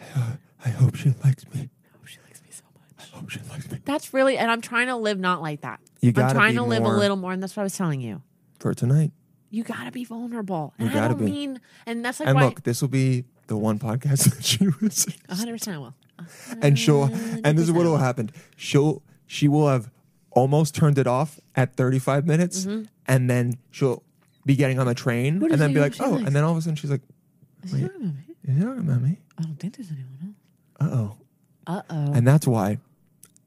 Speaker 3: <sighs> I hope she likes me.
Speaker 4: Oh, She likes me so much.
Speaker 3: I hope she likes me.
Speaker 4: That's really, and I'm trying to live not like that.
Speaker 3: You
Speaker 4: I'm
Speaker 3: gotta
Speaker 4: trying
Speaker 3: be
Speaker 4: to live
Speaker 3: more-
Speaker 4: a little more, and that's what I was telling you.
Speaker 3: For tonight.
Speaker 4: You gotta be vulnerable. And
Speaker 3: You
Speaker 4: I
Speaker 3: gotta
Speaker 4: don't
Speaker 3: be.
Speaker 4: mean, and that's like
Speaker 3: And
Speaker 4: why.
Speaker 3: look, this will be the one podcast <laughs> that she was.
Speaker 4: 100% will.
Speaker 3: And
Speaker 4: Mm,
Speaker 3: she'll and this is what will happen. She'll she will have almost turned it off at 35 minutes and then she'll be getting on the train
Speaker 4: Mm-hmm. What
Speaker 3: and
Speaker 4: is
Speaker 3: then
Speaker 4: it
Speaker 3: be
Speaker 4: you
Speaker 3: like,
Speaker 4: actually
Speaker 3: "Oh,"
Speaker 4: like?
Speaker 3: and then all of a sudden she's like, "Wait, is it about me?"
Speaker 4: I don't think there's anyone else.
Speaker 3: Uh-oh.
Speaker 4: Uh oh.
Speaker 3: And that's why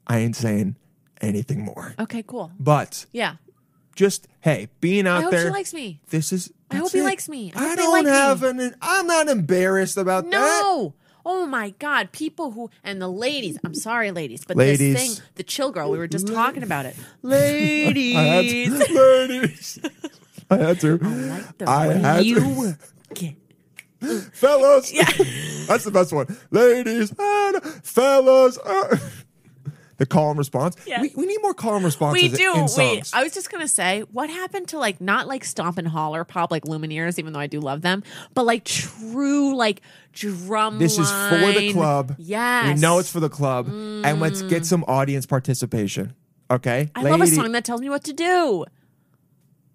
Speaker 3: I ain't saying anything more.
Speaker 4: Okay, cool.
Speaker 3: But
Speaker 4: Yeah.
Speaker 3: just hey, being
Speaker 4: I
Speaker 3: out
Speaker 4: hope
Speaker 3: there.
Speaker 4: she likes me.
Speaker 3: this is.
Speaker 4: I hope
Speaker 3: that's
Speaker 4: he
Speaker 3: it.
Speaker 4: likes me. I
Speaker 3: I,
Speaker 4: hope they
Speaker 3: don't
Speaker 4: like
Speaker 3: have
Speaker 4: me.
Speaker 3: an. I'm not embarrassed about that.
Speaker 4: No. Oh my God. People who, and the ladies, I'm sorry, ladies, but
Speaker 3: Ladies.
Speaker 4: this thing, the chill girl, we were just talking about it. Ladies.
Speaker 3: I had <laughs> to.
Speaker 4: <laughs>
Speaker 3: Ladies. I had to.
Speaker 4: like the
Speaker 3: I
Speaker 4: way
Speaker 3: had
Speaker 4: you
Speaker 3: to.
Speaker 4: get-
Speaker 3: fellas. <laughs> That's the best one. Ladies and fellas. uh. <laughs> the call and response.
Speaker 4: Yeah.
Speaker 3: We, we need more call and responses
Speaker 4: We do.
Speaker 3: in
Speaker 4: Wait,
Speaker 3: songs.
Speaker 4: I was just gonna say, what happened to like not like stomp and holler pop like Lumineers, even though I do love them, but like true like drum.
Speaker 3: This is for the
Speaker 4: line-
Speaker 3: club.
Speaker 4: Yes, Mm.
Speaker 3: We know it's for the club. And let's get some audience participation. Okay?
Speaker 4: I love a
Speaker 3: Lady-
Speaker 4: song that tells me what to do.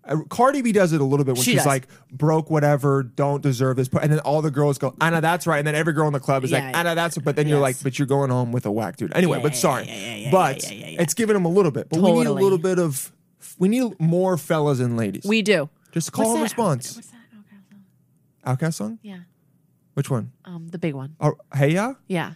Speaker 3: Uh, Cardi B does it a little bit when
Speaker 4: She
Speaker 3: she's
Speaker 4: does.
Speaker 3: like, broke whatever, don't deserve this. And then all the girls go, Anna, that's right. And then every girl in the club is
Speaker 4: Yeah,
Speaker 3: like,
Speaker 4: yeah.
Speaker 3: Anna, that's But then you're like,
Speaker 4: Yes.
Speaker 3: but you're going home with a whack dude. Anyway, but
Speaker 4: yeah,
Speaker 3: sorry.
Speaker 4: yeah, yeah, yeah,
Speaker 3: but
Speaker 4: yeah, yeah, yeah.
Speaker 3: it's giving them a little bit. But we need a
Speaker 4: Totally.
Speaker 3: little bit of, we need more fellas and ladies.
Speaker 4: We do.
Speaker 3: Just call and
Speaker 4: What's that?
Speaker 3: response.
Speaker 4: What's that? Okay, well,
Speaker 3: Outcast song?
Speaker 4: yeah,
Speaker 3: Which one?
Speaker 4: um, the big one.
Speaker 3: Oh, hey ya?
Speaker 4: Yeah.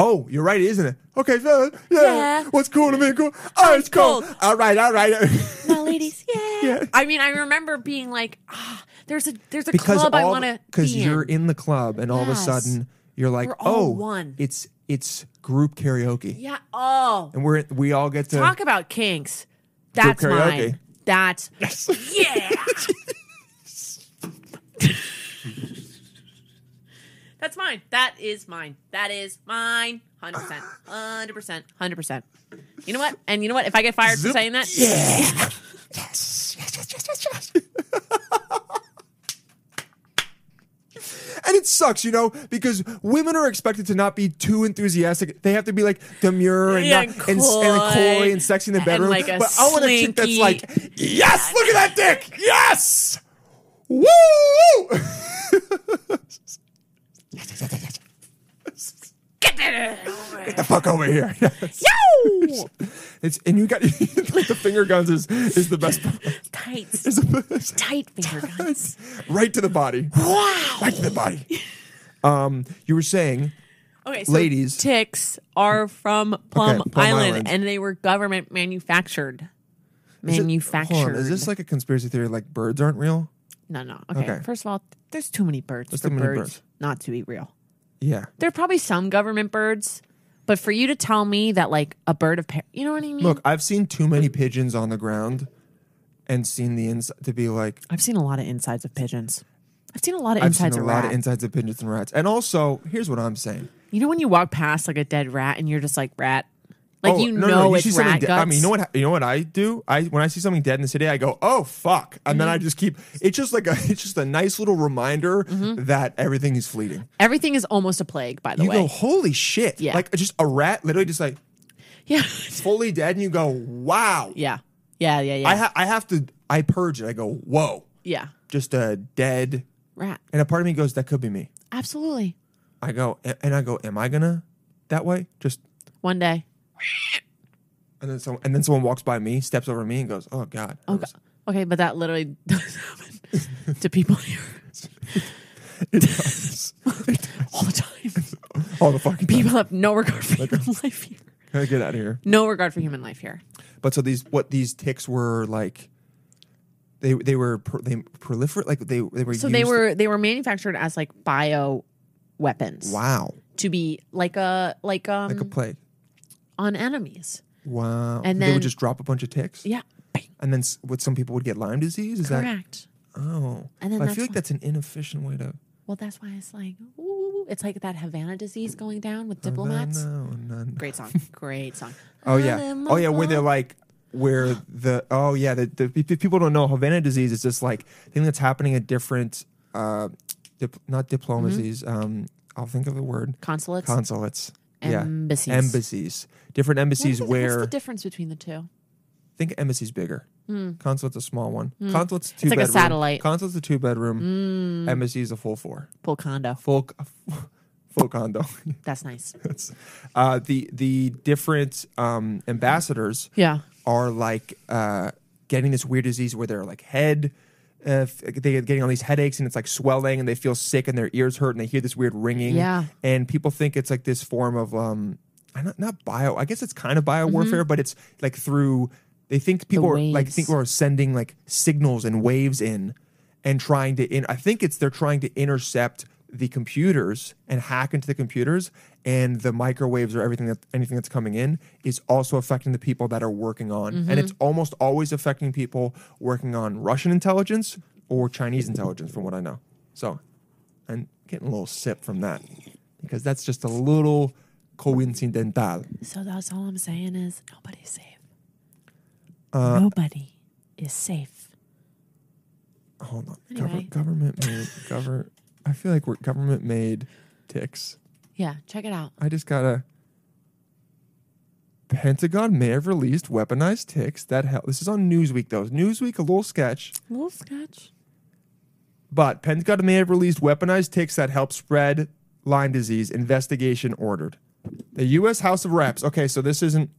Speaker 3: Oh, you're right, isn't it? Okay, fellas. Yeah.
Speaker 4: Yeah.
Speaker 3: What's cool to me? Cool. Ice cold.
Speaker 4: cold.
Speaker 3: All right, all right. <laughs>
Speaker 4: Now, ladies, <laughs> yeah.
Speaker 3: Yeah.
Speaker 4: I mean, I remember being like, ah, there's a there's a
Speaker 3: because
Speaker 4: club I
Speaker 3: all
Speaker 4: want to
Speaker 3: because you're in the club and all
Speaker 4: Yes.
Speaker 3: of a sudden you're like
Speaker 4: We're all
Speaker 3: oh
Speaker 4: one."
Speaker 3: it's it's group karaoke
Speaker 4: Yeah. Oh,
Speaker 3: and we're we all get to
Speaker 4: talk about kinks. That's
Speaker 3: karaoke.
Speaker 4: mine. That's yeah. <laughs> That's mine. That is mine. That is mine. Hundred percent. Hundred percent. Hundred percent. You know what? And you know what? If I get fired for saying that,
Speaker 3: yeah yes yes yes yes yes, yes. And it sucks, you know, because women are expected to not be too enthusiastic. They have to be like demure and,
Speaker 4: Yeah,
Speaker 3: not, and, and coy
Speaker 4: coy.
Speaker 3: and sexy in the
Speaker 4: And
Speaker 3: bedroom.
Speaker 4: like a
Speaker 3: but I want a chick that's
Speaker 4: slinky-
Speaker 3: like, yes, look at that dick, yes, woo.
Speaker 4: get that over.
Speaker 3: the fuck over here. <laughs>
Speaker 4: Yo!
Speaker 3: It's and you got <laughs> the finger guns is is the best,
Speaker 4: Tights.
Speaker 3: is the best.
Speaker 4: Tight finger guns.
Speaker 3: <laughs> right to the body,
Speaker 4: Wow.
Speaker 3: right to the body. Um, you were saying
Speaker 4: Okay, so
Speaker 3: Ladies.
Speaker 4: ticks are from Plum,
Speaker 3: Okay, Plum
Speaker 4: Island,
Speaker 3: Island.
Speaker 4: and they were government manufactured.
Speaker 3: is it-
Speaker 4: Manufactured.
Speaker 3: hold on, is this like a conspiracy theory? Like birds aren't real?
Speaker 4: No, no. Okay.
Speaker 3: Okay.
Speaker 4: First of all, there's too many birds
Speaker 3: There's
Speaker 4: for
Speaker 3: too many
Speaker 4: birds
Speaker 3: birds.
Speaker 4: not to be real.
Speaker 3: Yeah,
Speaker 4: There are probably some government birds, But for you to tell me that like a bird of par- you know what I mean?
Speaker 3: Look, I've seen too many pigeons on the ground and seen the inside to be like,
Speaker 4: I've seen a lot of insides of pigeons. I've seen a lot of
Speaker 3: I've
Speaker 4: insides
Speaker 3: seen a
Speaker 4: of
Speaker 3: lot
Speaker 4: rat.
Speaker 3: of insides of pigeons and rats. And also, here's what I'm saying.
Speaker 4: you know when you walk past like a dead rat and you're just like rat, like
Speaker 3: Oh,
Speaker 4: you
Speaker 3: no, no,
Speaker 4: know
Speaker 3: no, you see
Speaker 4: it's
Speaker 3: something
Speaker 4: rat
Speaker 3: dead-
Speaker 4: guts.
Speaker 3: I mean, you know what? You know what I do? I when I see something dead in the city, I go, "Oh fuck!" And
Speaker 4: Mm-hmm.
Speaker 3: then I just keep. It's just like a. <laughs> It's just a nice little reminder
Speaker 4: Mm-hmm.
Speaker 3: that everything is fleeting.
Speaker 4: Everything is almost a plague, by the
Speaker 3: You
Speaker 4: way.
Speaker 3: go, "Holy shit!"
Speaker 4: Yeah.
Speaker 3: Like just a rat, literally just like
Speaker 4: <laughs> Yeah,
Speaker 3: fully dead, and you go, "Wow."
Speaker 4: yeah, yeah, yeah, yeah,
Speaker 3: I ha- I have to. I purge it. I go, "Whoa!"
Speaker 4: yeah.
Speaker 3: Just a dead.
Speaker 4: Rat,
Speaker 3: And a part of me goes, "That could be me."
Speaker 4: absolutely.
Speaker 3: I go, a- and I go, "Am I gonna that way?" Just
Speaker 4: One day.
Speaker 3: and then some, and then someone walks by me, steps over me, and goes, "Oh god."
Speaker 4: Okay,
Speaker 3: <laughs>
Speaker 4: okay, but that literally <laughs> does happen to people
Speaker 3: <laughs>
Speaker 4: here all the time.
Speaker 3: All the fucking
Speaker 4: People
Speaker 3: time.
Speaker 4: have no regard for human life here.
Speaker 3: Gotta Get out of here.
Speaker 4: No regard for human life here.
Speaker 3: But so these what these ticks were like. They they were pro, they proliferate like they they were.
Speaker 4: So they
Speaker 3: used-
Speaker 4: were they were manufactured as like bio weapons
Speaker 3: wow
Speaker 4: to be like a like um
Speaker 3: like a plague.
Speaker 4: on enemies.
Speaker 3: Wow,
Speaker 4: and
Speaker 3: they
Speaker 4: then-
Speaker 3: would just drop a bunch of ticks,
Speaker 4: Yeah, bang,
Speaker 3: and then s- what some people would get Lyme disease. Is
Speaker 4: correct.
Speaker 3: that oh?
Speaker 4: And then
Speaker 3: But I
Speaker 4: that's
Speaker 3: feel like
Speaker 4: why-
Speaker 3: that's an inefficient way to.
Speaker 4: Well, that's why it's like ooh, it's like that Havana disease going down with diplomats.
Speaker 3: No, no, no. <laughs>
Speaker 4: Great song, great song.
Speaker 3: Oh yeah, oh yeah, where they're like.
Speaker 4: <gasps>
Speaker 3: Where the oh yeah the, the, pe- people don't know Havana disease is just like thing that's happening at different uh dip, not diplomacies um I'll think of the word
Speaker 4: Mm-hmm. consulates.
Speaker 3: consulates
Speaker 4: Embassies.
Speaker 3: yeah embassies different embassies
Speaker 4: What is-
Speaker 3: where
Speaker 4: what's the difference between the two?
Speaker 3: think embassy's bigger consulate's a small one consulate's two
Speaker 4: Hmm. It's like a
Speaker 3: bedroom
Speaker 4: satellite. Hmm.
Speaker 3: consulate's a two bedroom embassy's a full four
Speaker 4: Full condo.
Speaker 3: full <laughs> full condo <laughs>
Speaker 4: That's nice.
Speaker 3: That's- uh the the different um ambassadors
Speaker 4: Yeah.
Speaker 3: are like uh getting this weird disease where they're like head uh, f- they're getting all these headaches and it's like swelling and they feel sick and their ears hurt and they hear this weird ringing
Speaker 4: Yeah.
Speaker 3: and people think it's like this form of um I not, not bio i guess it's kind of bio
Speaker 4: Mm-hmm.
Speaker 3: warfare but it's like through they think people are like
Speaker 4: waves.
Speaker 3: think are sending like signals and waves in and trying to in i think it's they're trying to intercept the computers and hack into the computers and the microwaves or everything that anything that's coming in is also affecting the people that are working on and it's almost always affecting people working on russian intelligence or chinese intelligence from what i know so and getting a little sip from that because that's just a little coincidental.
Speaker 4: So that's all I'm saying is nobody's safe.
Speaker 3: Uh,
Speaker 4: Nobody is safe.
Speaker 3: Hold on,
Speaker 4: Anyway.
Speaker 3: Gover- government made govern. I feel like we're government made ticks.
Speaker 4: Yeah, check it out.
Speaker 3: I just gotta. Pentagon may have released weaponized ticks that help. This is on Newsweek though. Newsweek a little sketch,
Speaker 4: Little sketch.
Speaker 3: but Pentagon may have released weaponized ticks that help spread Lyme disease. Investigation ordered. The U.S. House of Reps. Okay, so this isn't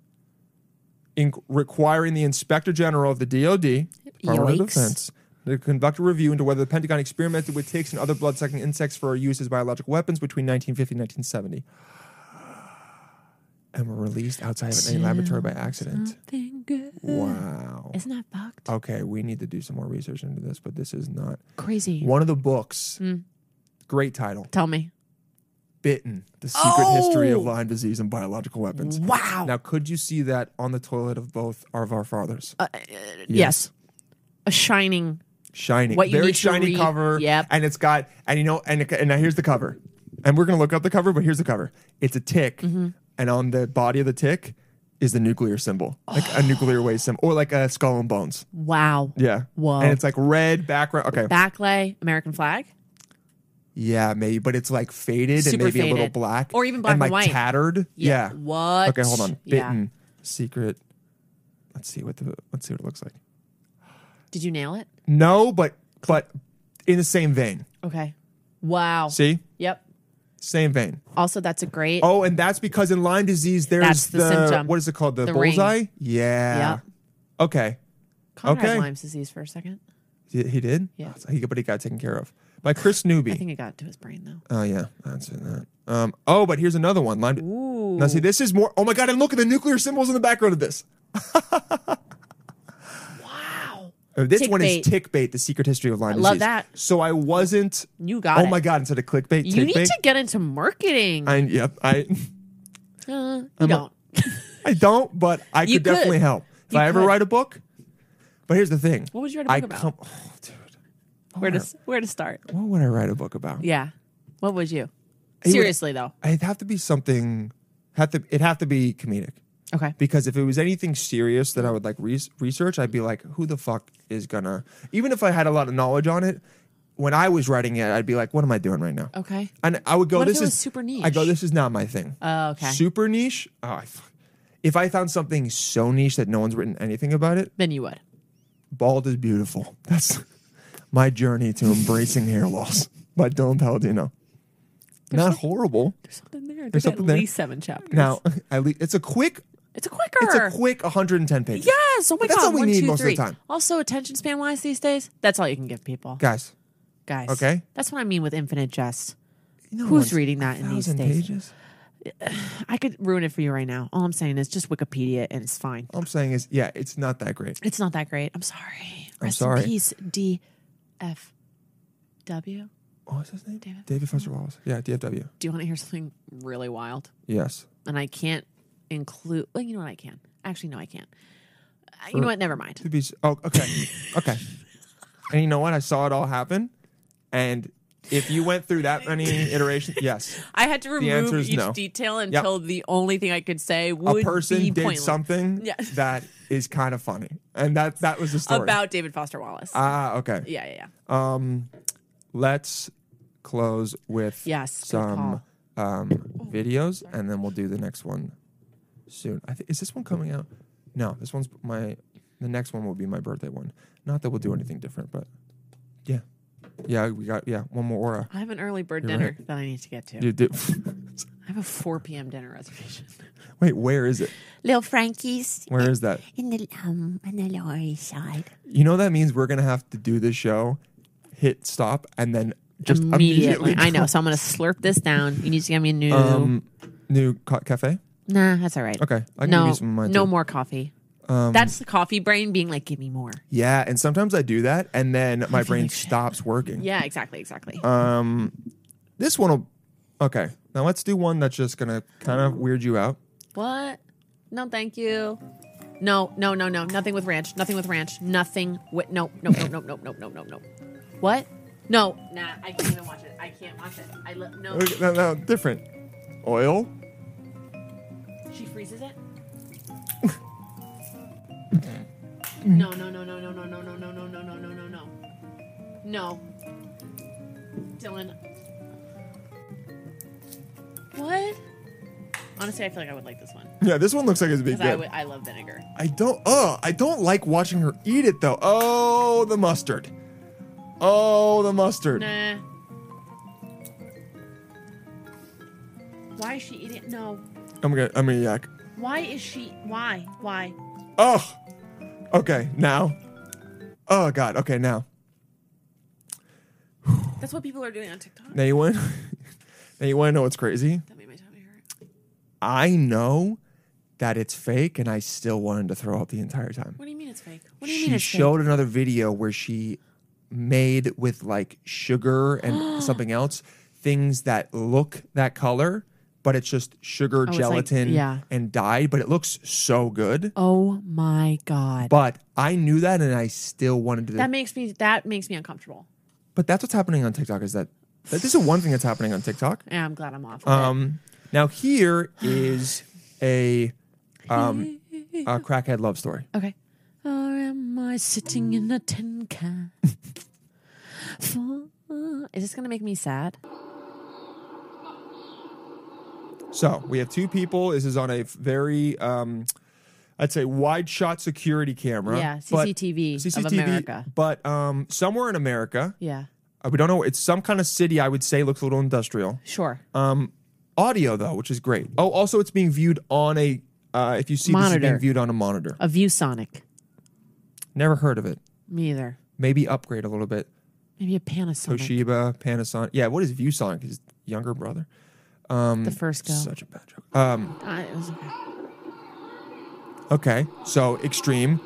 Speaker 3: in- requiring the Inspector General of the DoD, Department of
Speaker 4: Yikes.
Speaker 3: Defense, to conduct a review into whether the Pentagon experimented with ticks and other blood-sucking insects for use as biological weapons between 1950 and 1970, and were released outside of any laboratory by accident.
Speaker 4: Something good.
Speaker 3: Wow. Uh,
Speaker 4: Isn't that fucked?
Speaker 3: Okay, we need to do some more research into this, but this is not
Speaker 4: Crazy.
Speaker 3: one of the books. Great title.
Speaker 4: Tell me.
Speaker 3: Bitten, The Secret History of Lyme Disease and Biological Weapons.
Speaker 4: Oh! Wow.
Speaker 3: Now, could you see that on the toilet of both of our fathers?
Speaker 4: Uh, yes. A shining.
Speaker 3: Shining.
Speaker 4: What you
Speaker 3: Very
Speaker 4: need to
Speaker 3: shiny
Speaker 4: read.
Speaker 3: cover.
Speaker 4: Yep.
Speaker 3: And it's got, and you know, and, it- and now here's the cover. And we're going to look up the cover, but here's the cover. It's a tick.
Speaker 4: Mm-hmm.
Speaker 3: And on the body of the tick is the nuclear symbol, like
Speaker 4: <gasps>
Speaker 3: a nuclear waste symbol, or like a skull and bones.
Speaker 4: Wow.
Speaker 3: Yeah.
Speaker 4: Whoa.
Speaker 3: And it's like red background. Okay.
Speaker 4: Backlay, American flag.
Speaker 3: Yeah, maybe, but it's like faded and
Speaker 4: Super
Speaker 3: maybe a little
Speaker 4: faded.
Speaker 3: black,
Speaker 4: Or even black
Speaker 3: and
Speaker 4: and
Speaker 3: like
Speaker 4: white.
Speaker 3: tattered. Yeah.
Speaker 4: What?
Speaker 3: Okay, hold on.
Speaker 4: Yeah.
Speaker 3: Bitten secret. Let's see what the let's see what it looks like.
Speaker 4: Did you nail it?
Speaker 3: No, but but in the same vein.
Speaker 4: Okay. Wow.
Speaker 3: See,
Speaker 4: Yep.
Speaker 3: same vein.
Speaker 4: Also, that's a great.
Speaker 3: Oh, and that's because in Lyme disease, there's
Speaker 4: That's the symptom.
Speaker 3: what is it called? The,
Speaker 4: The ring.
Speaker 3: bullseye. Yeah.
Speaker 4: Yep.
Speaker 3: Okay.
Speaker 4: Conrad
Speaker 3: okay.
Speaker 4: Lyme's disease for a second.
Speaker 3: He, he did.
Speaker 4: Yeah.
Speaker 3: So he, but he got taken care of by Chris
Speaker 4: I
Speaker 3: Newby.
Speaker 4: think it got to his brain though.
Speaker 3: Oh yeah, that's that. Um. Oh, but here's another one. Lyme.
Speaker 4: Ooh.
Speaker 3: Now see, this is more. Oh my God! And look at the nuclear symbols in the background of this.
Speaker 4: Wow.
Speaker 3: Uh, This one
Speaker 4: Tickbait.
Speaker 3: is Tickbait, The Secret History of Lyme Disease.
Speaker 4: love that.
Speaker 3: So I wasn't.
Speaker 4: You got
Speaker 3: oh
Speaker 4: it.
Speaker 3: my God, instead of clickbait,
Speaker 4: You
Speaker 3: tickbait.
Speaker 4: need to get into marketing.
Speaker 3: I, yep, I.
Speaker 4: Uh, you
Speaker 5: I'm a-
Speaker 4: don't. <laughs>
Speaker 3: I don't, but I could,
Speaker 4: You could.
Speaker 3: definitely help. If
Speaker 4: You
Speaker 3: I ever
Speaker 4: could.
Speaker 3: write a book, but here's the thing.
Speaker 4: What would you write a
Speaker 3: I
Speaker 4: book about?
Speaker 3: Come, <sighs> oh, dude,
Speaker 4: where to where to start?
Speaker 3: what would I write a book about?
Speaker 4: Yeah. What would you?
Speaker 3: would-
Speaker 4: Seriously though.
Speaker 3: It'd have to be something. Have to. It'd have to be comedic.
Speaker 4: Okay.
Speaker 3: Because if it was anything serious that I would like re- research, I'd be like, who the fuck is gonna? Even if I had a lot of knowledge on it, when I was writing it, I'd be like, what am I doing right now?
Speaker 4: Okay.
Speaker 3: And I would go,
Speaker 4: What if
Speaker 3: this
Speaker 4: it was
Speaker 3: is
Speaker 4: super
Speaker 3: I go,
Speaker 4: niche?
Speaker 3: this is not my thing.
Speaker 4: Oh, okay.
Speaker 3: Super niche. Oh, I fuck. if I found something so niche that no one's written anything about it,
Speaker 4: Then you would.
Speaker 3: bald is beautiful. That's my journey to embracing hair loss by Dylan Palladino. not horrible.
Speaker 4: There's something there.
Speaker 3: There's
Speaker 4: There's
Speaker 3: something
Speaker 4: at
Speaker 3: there.
Speaker 4: least seven chapters.
Speaker 3: Now, <laughs> at least it's a quick.
Speaker 4: it's a quicker.
Speaker 3: It's a quick 110 pages.
Speaker 4: Yes. Oh my
Speaker 3: But that's
Speaker 4: god.
Speaker 3: all we
Speaker 4: One,
Speaker 3: need
Speaker 4: two,
Speaker 3: most of the
Speaker 4: three.
Speaker 3: time.
Speaker 4: Also, attention span wise these days, that's all you can give people,
Speaker 3: guys.
Speaker 4: guys.
Speaker 3: okay.
Speaker 4: That's what I mean with infinite jest.
Speaker 3: no
Speaker 4: Who's
Speaker 3: one's-
Speaker 4: reading that in these
Speaker 3: 1,000
Speaker 4: days?
Speaker 3: Pages?
Speaker 4: I could ruin it for you right now. All I'm saying is just Wikipedia, and it's fine.
Speaker 3: All I'm saying is, yeah, it's not that great.
Speaker 4: It's not that great. I'm sorry. Rest
Speaker 3: sorry.
Speaker 4: in peace, DFW.
Speaker 3: What was his name?
Speaker 4: David.
Speaker 3: Foster Wallace. Yeah, DFW.
Speaker 4: Do you want to hear something really wild?
Speaker 3: Yes.
Speaker 4: And I can't include. Well, you know what? I can. Actually, no, I can't. Uh, You know what? Never mind.
Speaker 3: To be s- oh okay okay, and you know what? I saw it all happen, and if you went through that
Speaker 4: <laughs>
Speaker 3: many iterations, yes,
Speaker 4: I had to remove
Speaker 3: answer is
Speaker 4: each
Speaker 3: no.
Speaker 4: detail until the only thing I could say
Speaker 3: a
Speaker 4: would
Speaker 3: person
Speaker 4: be
Speaker 3: did
Speaker 4: pointless
Speaker 3: something
Speaker 4: Yeah. <laughs>
Speaker 3: that is kind of funny, and that that was the story.
Speaker 4: about David Foster Wallace.
Speaker 3: ah okay.
Speaker 4: yeah, yeah, yeah.
Speaker 3: Um, let's close with
Speaker 4: Yes, good Oh.
Speaker 3: some um videos, and then we'll do the next one soon. I think is this one coming out? No, this one's my. The next one will be my birthday one. Not that we'll do anything different, but yeah, yeah, we got yeah one more aura.
Speaker 4: I have an early bird
Speaker 3: You're
Speaker 4: dinner that I need to get to.
Speaker 3: You do.
Speaker 4: I have a 4 p.m. dinner reservation.
Speaker 3: <laughs> Wait, where is it?
Speaker 6: Little Frankie's
Speaker 3: Where is that?
Speaker 6: in the um on the Lower East Side.
Speaker 3: You know that means we're gonna have to do this show, hit stop, and then just
Speaker 4: immediately.
Speaker 3: immediately.
Speaker 4: I know. So I'm going to slurp this down. You need to get me a new.
Speaker 3: Um, new ca- cafe.
Speaker 4: nah, that's all right.
Speaker 3: Okay, I can give
Speaker 4: No,
Speaker 3: you some of Um, mine
Speaker 4: no
Speaker 3: too.
Speaker 4: more coffee. that's the coffee brain being like, give me more.
Speaker 3: Yeah, and sometimes I do that, and then my brain
Speaker 4: like shit.
Speaker 3: stops working.
Speaker 4: Yeah, exactly, exactly.
Speaker 3: Um, this one will. Okay, now let's do one that's just gonna kind of weird you out.
Speaker 4: What? No, thank you. No, no, no, no. Nothing with ranch. Nothing with ranch. Nothing with no, no, no, no, no, no, no, no, no. What? No. Nah, I can't even watch it. I can't watch it. I li- no.
Speaker 3: Okay, No, no, different. Oil.
Speaker 4: She freezes it. Mm. no, no, no, no, no, no, no, no, no, no, no, no, no, no, no. No. Dylan. What? Honestly, I feel like I would like this one
Speaker 3: Yeah, this one looks like it's big.
Speaker 4: because I,
Speaker 3: good.
Speaker 4: would- I love vinegar.
Speaker 3: I don't. Oh, I don't like watching her eat it though. Oh, the mustard. Oh, the mustard.
Speaker 4: Nah. Why is she eating? No.
Speaker 3: I'm gonna. I'm gonna yak.
Speaker 4: Why is she? Why? Why?
Speaker 3: Oh. Okay, now. Oh God. Okay, now.
Speaker 4: That's what people are doing on TikTok.
Speaker 3: Now you want. <laughs> now you want to know what's crazy?
Speaker 4: That made my tummy hurt.
Speaker 3: I know that it's fake, and I still wanted to throw up the entire time.
Speaker 4: What do you mean it's fake? What do you
Speaker 3: she
Speaker 4: mean it's fake?
Speaker 3: showed another video where she made with like sugar
Speaker 4: <gasps>
Speaker 3: and something else things that look that color but it's just sugar
Speaker 4: Oh, it's like-
Speaker 3: gelatin
Speaker 4: yeah.
Speaker 3: and dyed but it looks so good
Speaker 4: Oh my god.
Speaker 3: but i knew that and i still wanted to
Speaker 4: That makes me that makes me uncomfortable.
Speaker 3: but that's what's happening on tiktok is that, that this is one thing that's happening on tiktok
Speaker 4: Yeah, I'm glad I'm off. of it.
Speaker 3: um now here is a um a crackhead love story
Speaker 4: Okay. Or am I sitting in a tin
Speaker 3: <laughs>
Speaker 4: can? uh, Is this gonna make me sad?
Speaker 3: So we have two people. This is on a very, um, I'd say, wide shot security camera.
Speaker 4: Yeah,
Speaker 3: but-
Speaker 4: CCTV of America.
Speaker 3: But um, somewhere in America,
Speaker 4: Yeah.
Speaker 3: uh, we don't know. It's some kind of city. I would say looks a little industrial.
Speaker 4: Sure.
Speaker 3: Um, audio though, which is great. Oh, also it's being viewed on a. Uh, if you see this is
Speaker 4: Monitor. Uh,
Speaker 3: being viewed on a monitor.
Speaker 4: a view sonic.
Speaker 3: Never heard of it.
Speaker 4: Me either.
Speaker 3: Maybe upgrade a little bit.
Speaker 4: Maybe a Panasonic.
Speaker 3: Toshiba, Panasonic. Yeah, what is ViewSonic? His younger brother.
Speaker 4: the first go.
Speaker 3: Such a bad joke. Um,
Speaker 4: I- it was okay.
Speaker 3: okay, so extreme.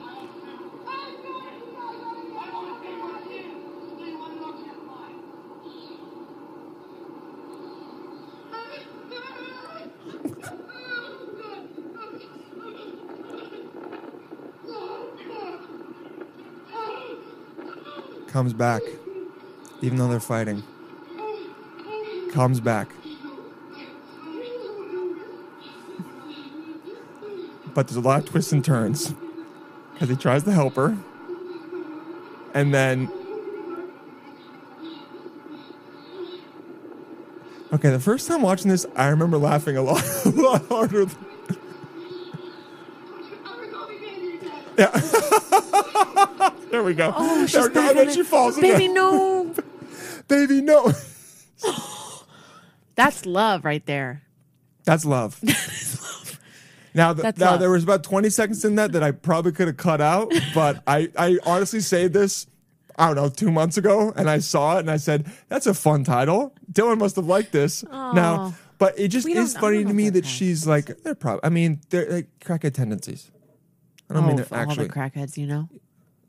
Speaker 3: comes back, even though they're fighting. Comes back. But there's a lot of twists and turns because he tries to help her, and then. Okay, the first time watching this, I remember laughing a lot, <laughs> a lot harder.
Speaker 4: <laughs>
Speaker 3: than- Yeah. <laughs> there we go.
Speaker 4: Oh, she's
Speaker 3: there we go. And then
Speaker 4: back
Speaker 3: she falls again.
Speaker 4: Baby, no. <laughs>
Speaker 3: Baby, no. <laughs>
Speaker 4: That's love right there.
Speaker 3: That's
Speaker 4: <laughs>
Speaker 3: love. Now, th-
Speaker 4: That's
Speaker 3: now
Speaker 4: love.
Speaker 3: there was about 20 seconds in that that I probably could have cut out, but I, I honestly saved this, I don't know, two months ago, and I saw it and I said, that's a fun title. Dylan must have liked this. Now,
Speaker 4: Aw.
Speaker 3: but it just
Speaker 4: We don't-
Speaker 3: is
Speaker 4: I don't
Speaker 3: funny
Speaker 4: know
Speaker 3: to
Speaker 4: if
Speaker 3: me
Speaker 4: they're
Speaker 3: that she's like, they're probably, I mean, they're like crackhead tendencies. I don't mean
Speaker 4: oh,
Speaker 3: it
Speaker 4: for all the
Speaker 3: actually.
Speaker 4: crackheads, you know.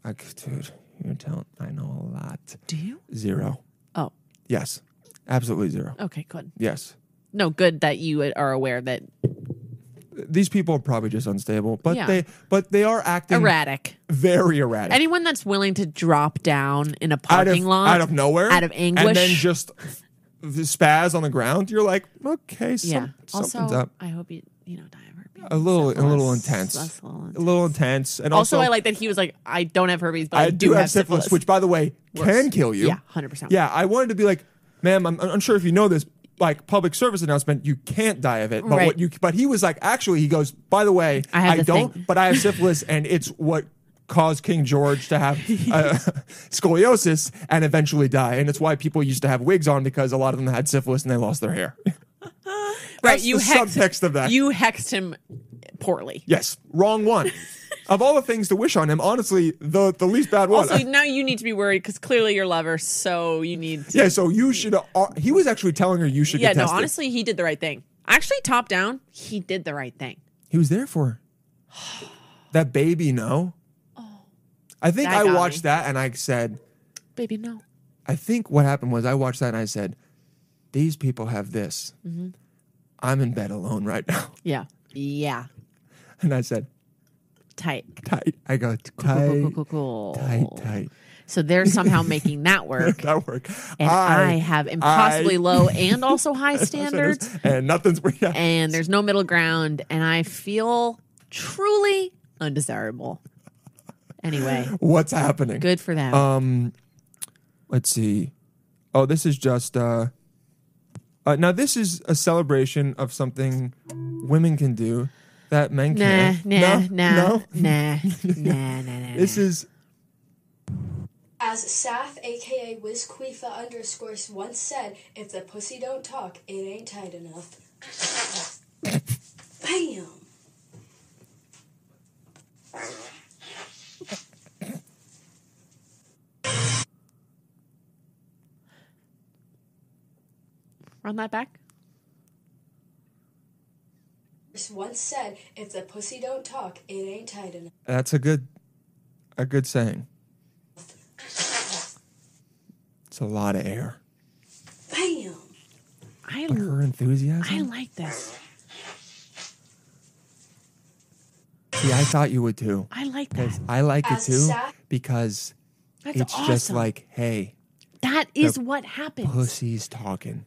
Speaker 3: Like, dude, you're telling, I know a lot.
Speaker 4: Do you?
Speaker 3: Zero.
Speaker 4: Oh,
Speaker 3: Yes. Absolutely zero.
Speaker 4: okay, good.
Speaker 3: Yes.
Speaker 4: No, good that you are
Speaker 3: <clears throat>
Speaker 4: aware that
Speaker 3: These people are probably just unstable, but
Speaker 4: Yeah.
Speaker 3: they but they are acting
Speaker 4: erratic.
Speaker 3: very erratic.
Speaker 4: Anyone that's willing to drop down in a
Speaker 3: out of,
Speaker 4: parking lot
Speaker 3: out of nowhere,
Speaker 4: out of anguish,
Speaker 3: and then just the spaz on the ground. You're like, okay, some,
Speaker 4: yeah.
Speaker 3: something's
Speaker 4: also,
Speaker 3: up.
Speaker 4: I hope you you know die of herpes.
Speaker 3: A little, a little
Speaker 4: Syphilis.
Speaker 3: intense,
Speaker 4: That's a little
Speaker 3: a little intense, and also,
Speaker 4: Also, I like that he was like, I don't have herpes, but I,
Speaker 3: I do have syphilis, which, by the way, can
Speaker 4: Worse.
Speaker 3: kill you.
Speaker 4: Yeah, 100%.
Speaker 3: Yeah, I wanted to be like, ma'am, I'm unsure if you know this. Like public service announcement, you can't die of it. But
Speaker 4: Right.
Speaker 3: what you, but he was like, actually, he goes. By the way,
Speaker 4: I have the
Speaker 3: don't,
Speaker 4: thing."
Speaker 3: but I have syphilis, and it's what caused King George to
Speaker 4: <laughs>
Speaker 3: have uh, scoliosis and eventually die. And it's why people used to have wigs on because a lot of them had syphilis and they lost their hair.
Speaker 4: <laughs> right,
Speaker 3: the subtext of that.
Speaker 4: You hexed him poorly.
Speaker 3: yes, wrong
Speaker 4: <laughs>
Speaker 3: one. of all the things to wish on him, honestly, the the least bad one.
Speaker 4: Also, now you need to be worried because clearly you're lover, so you need. To,
Speaker 3: yeah, so you should. Uh, he was actually telling her you should.
Speaker 4: yeah,
Speaker 3: get
Speaker 4: no,
Speaker 3: tested.
Speaker 4: honestly, he did the right thing. Actually, top down, he did the right thing.
Speaker 3: He was there for her. that baby. No, I think
Speaker 4: That
Speaker 3: I
Speaker 4: got
Speaker 3: watched
Speaker 4: me.
Speaker 3: that and I said,
Speaker 4: Baby, no.
Speaker 3: I think what happened was I watched that and I said, these people have this.
Speaker 4: Mm-hmm.
Speaker 3: I'm in bed alone right now, <laughs>
Speaker 4: Yeah. Yeah.
Speaker 3: and I said,
Speaker 4: Tight.
Speaker 3: tight. I go
Speaker 4: Cool,
Speaker 3: tight,
Speaker 4: cool, cool, cool,
Speaker 3: tight,
Speaker 4: cool.
Speaker 3: tight.
Speaker 4: So they're somehow making
Speaker 3: <laughs>
Speaker 4: that work.
Speaker 3: That work.
Speaker 4: And I, have impossibly
Speaker 3: I- <laughs>
Speaker 4: low and also high standards.
Speaker 3: and nothing's. <laughs> Yeah.
Speaker 4: and there's no middle ground, and I feel truly undesirable. Anyway,
Speaker 3: What's happening?
Speaker 4: good for them.
Speaker 3: Um, let's see. Oh, this is just. Uh, uh, now this is a celebration of something women can do that men
Speaker 4: nah,
Speaker 3: can't.
Speaker 4: nah,
Speaker 3: No?
Speaker 4: nah,
Speaker 3: no.
Speaker 4: nah,
Speaker 3: <laughs>
Speaker 4: nah, nah, nah,
Speaker 3: This is
Speaker 5: As Saf, aka Queefa underscores once said, if the pussy don't talk, it ain't tight enough. Bam!
Speaker 4: Run that back.
Speaker 5: Once said, if the pussy don't talk, it ain't tight enough.
Speaker 3: that's a good, a good saying. It's a lot of air.
Speaker 5: Bam!
Speaker 4: I
Speaker 3: But her
Speaker 4: I
Speaker 3: enthusiasm.
Speaker 4: like this.
Speaker 3: See, I thought you would too.
Speaker 4: I like that.
Speaker 3: 'Cause I like it
Speaker 5: As
Speaker 3: too
Speaker 5: sa-
Speaker 3: because
Speaker 4: That's
Speaker 3: it's
Speaker 4: awesome.
Speaker 3: just like, hey,
Speaker 4: that is what happens.
Speaker 3: pussy's talking.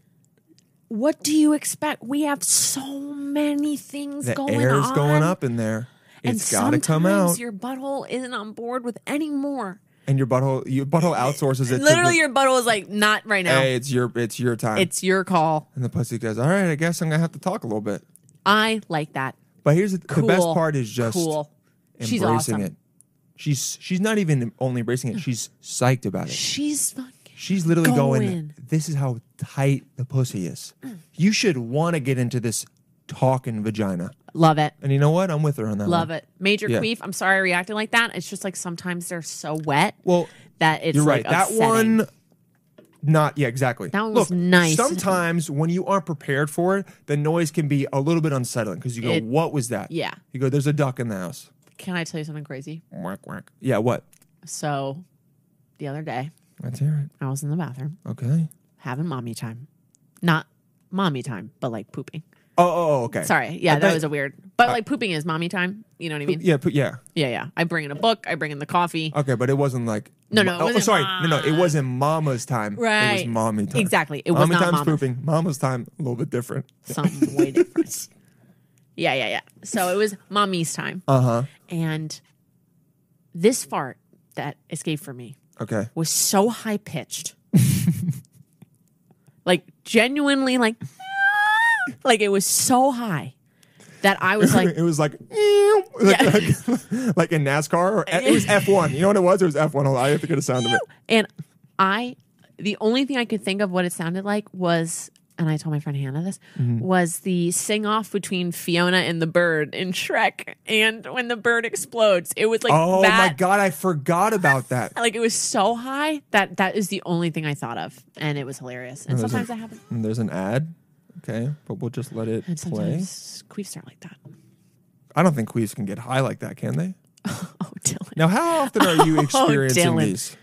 Speaker 4: What do you expect? We have so many things
Speaker 3: The
Speaker 4: going
Speaker 3: air's
Speaker 4: on.
Speaker 3: going up in there. It's
Speaker 4: and
Speaker 3: got to come
Speaker 4: sometimes
Speaker 3: out.
Speaker 4: Your butthole isn't on board with any more.
Speaker 3: And your butthole, your butthole outsources it.
Speaker 4: Literally,
Speaker 3: to
Speaker 4: your butthole is like, not right
Speaker 3: the, <laughs>
Speaker 4: now.
Speaker 3: hey, it's your, it's your time.
Speaker 4: It's your call.
Speaker 3: and the pussy goes, all right, I guess I'm gonna have to talk a little bit.
Speaker 4: I like that.
Speaker 3: But here's the, the best
Speaker 4: Cool.
Speaker 3: part is just
Speaker 4: cool.
Speaker 3: embracing
Speaker 4: She's awesome. Mm.
Speaker 3: it. She's she's not even only embracing it. She's psyched about it.
Speaker 4: She's fucking.
Speaker 3: She's literally going.
Speaker 4: Going.
Speaker 3: This is how tight the pussy is.
Speaker 4: Mm.
Speaker 3: You should want to get into this talking vagina.
Speaker 4: Love it.
Speaker 3: And you know what? I'm with her on that.
Speaker 4: Love
Speaker 3: one.
Speaker 4: it. Major
Speaker 3: Uh-huh. Yeah.
Speaker 4: queef. I'm sorry I reacted like that. It's just like sometimes they're so wet
Speaker 3: Well,
Speaker 4: that it's
Speaker 3: You're
Speaker 4: like
Speaker 3: right. That
Speaker 4: upsetting.
Speaker 3: one, not yeah, exactly.
Speaker 4: That one
Speaker 3: Look,
Speaker 4: was nice.
Speaker 3: Sometimes when you aren't prepared for it, the noise can be a little bit unsettling because you go,
Speaker 4: It-
Speaker 3: "What was that?"
Speaker 4: yeah.
Speaker 3: You go, "There's a duck in the house."
Speaker 4: Can I tell you something crazy?
Speaker 3: Whack whack. Yeah. What?
Speaker 4: So the other day,
Speaker 3: Let's hear
Speaker 4: I was in the bathroom
Speaker 3: it. Okay.
Speaker 4: having mommy time. Not mommy time, but like pooping.
Speaker 3: Oh, oh, oh, okay.
Speaker 4: Sorry. Yeah,
Speaker 3: I
Speaker 4: that
Speaker 3: bet-
Speaker 4: was a weird. But like pooping is mommy time. You know what I mean?
Speaker 3: Yeah, but yeah.
Speaker 4: yeah, yeah. I bring in a book. I bring in the coffee.
Speaker 3: Okay, but it wasn't like
Speaker 4: No, no,
Speaker 3: Ma-
Speaker 4: it
Speaker 3: oh,
Speaker 4: wasn't
Speaker 3: sorry, no, no, it
Speaker 4: mom.
Speaker 3: wasn't mama's time. it was
Speaker 4: Right.
Speaker 3: mommy time.
Speaker 4: Exactly, it was
Speaker 3: mommy
Speaker 4: not
Speaker 3: time's
Speaker 4: mama's.
Speaker 3: pooping. Mama's time a little bit different.
Speaker 4: Something way different. <laughs> Yeah, yeah, yeah. So it was mommy's time.
Speaker 3: Uh huh.
Speaker 4: And this fart that escaped from me
Speaker 3: Okay.
Speaker 4: was so high pitched. <laughs> like genuinely like <laughs> like it was so high that I was
Speaker 3: <laughs>
Speaker 4: <laughs> like
Speaker 3: it was like, "Ew," <laughs> like,
Speaker 4: Yeah.
Speaker 3: like, <laughs> like in NASCAR. Or, it was F one. You know what it was? It was F one. I have to get a sound of it.
Speaker 4: and I the only thing I could think of what it sounded like was and I told my friend Hannah this
Speaker 3: Mm-hmm.
Speaker 4: was the sing off between Fiona and the bird in Shrek and when the bird explodes it was like
Speaker 3: Oh
Speaker 4: that
Speaker 3: my god, I forgot about that.
Speaker 4: like it was so high that that is the only thing I thought of, and it was hilarious. And sometimes that happens.
Speaker 3: And there's an ad. Okay, but we'll just let it
Speaker 4: And
Speaker 3: play.
Speaker 4: sometimes queefs aren't like that. <laughs>
Speaker 3: I don't think queefs can get high like that, can they?
Speaker 4: Oh, Dylan.
Speaker 3: Now, how often are
Speaker 4: <laughs>
Speaker 3: you experiencing
Speaker 4: Oh, Dylan.
Speaker 3: these?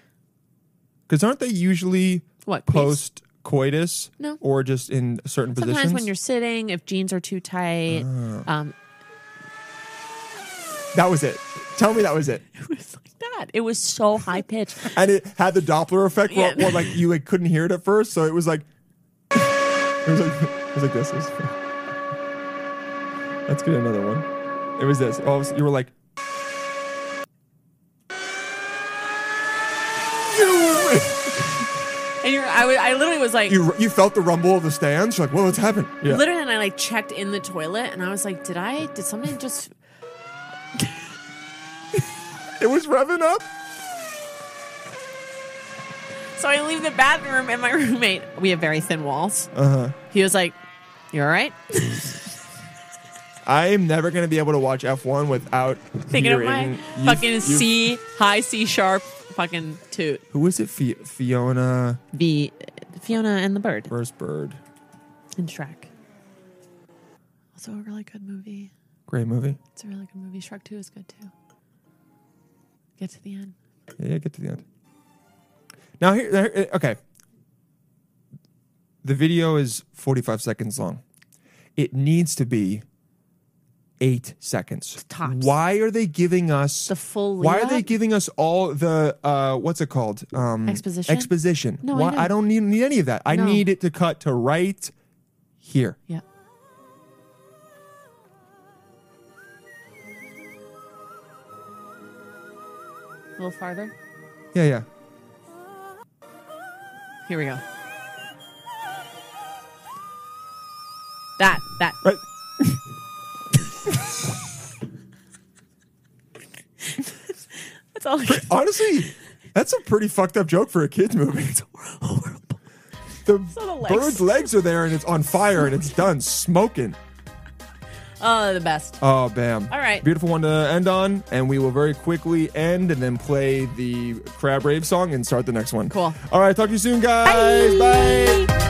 Speaker 3: Because aren't they usually
Speaker 4: What, queefs?
Speaker 3: post coitus?
Speaker 4: No.
Speaker 3: Or just in certain
Speaker 4: Sometimes
Speaker 3: positions? Ah.
Speaker 4: when you're sitting, if jeans are too tight, <laughs> um,
Speaker 3: that was it. Tell me that was it.
Speaker 4: it was like that. It was so high pitched.
Speaker 3: And it had the Doppler effect where,
Speaker 4: Yeah.
Speaker 3: where, like you like couldn't hear it at first, so it was like <laughs> it was like it was like this. It was- let's get another one. It was this. Oh, you were like.
Speaker 4: And you're, I, was, I literally was like,
Speaker 3: You, you felt the rumble of the stands. You're like, whoa, what's happened? Yeah.
Speaker 4: literally, and I like checked in the toilet, and I was like, did I? Did something just?
Speaker 3: It was revving up.
Speaker 4: So I leave the bathroom, and my <laughs> roommate, we have very thin walls.
Speaker 3: Uh-huh.
Speaker 4: He was like, "You
Speaker 3: <laughs>
Speaker 4: all right?"
Speaker 3: I'm never gonna be able to watch F1 without
Speaker 4: Thinking of
Speaker 3: hearing
Speaker 4: my
Speaker 3: you-
Speaker 4: fucking
Speaker 3: you-
Speaker 4: C high C sharp fucking toot.
Speaker 3: Who was it? Fi- Fiona
Speaker 4: be Fiona and the Bird
Speaker 3: First Bird.
Speaker 4: and Shrek. Also a really good movie.
Speaker 3: Great movie.
Speaker 4: It's a really good movie. Shrek 2 is good too. Get to the end.
Speaker 3: Yeah, yeah, get to the end. Now here, there- uh, okay. The video is 45 seconds long. It needs to be eight seconds.
Speaker 4: Tops.
Speaker 3: Why are they giving us
Speaker 4: The full
Speaker 3: Why are
Speaker 4: lead
Speaker 3: they
Speaker 4: up?
Speaker 3: giving us all the uh, what's it called? Um,
Speaker 4: Exposition?
Speaker 3: Exposition.
Speaker 4: No, I
Speaker 3: Why,
Speaker 4: know.
Speaker 3: I, don't need, need any of that. I
Speaker 4: No.
Speaker 3: need it to cut to right here.
Speaker 4: Yeah. A little farther.
Speaker 3: Yeah, yeah.
Speaker 4: Here we go. That, that.
Speaker 3: Right.
Speaker 4: That's <laughs> all I can
Speaker 3: Honestly, that's a pretty fucked up joke for a kids movie. The
Speaker 4: the legs.
Speaker 3: bird's legs are there and it's on fire and it's done smoking.
Speaker 4: Oh, the best.
Speaker 3: Oh, bam.
Speaker 4: All right.
Speaker 3: Beautiful one to end on. And we will very quickly end and then play the Crab Rave song and start the next one.
Speaker 4: Cool.
Speaker 3: All right. Talk to you soon, guys. Bye.
Speaker 4: Bye.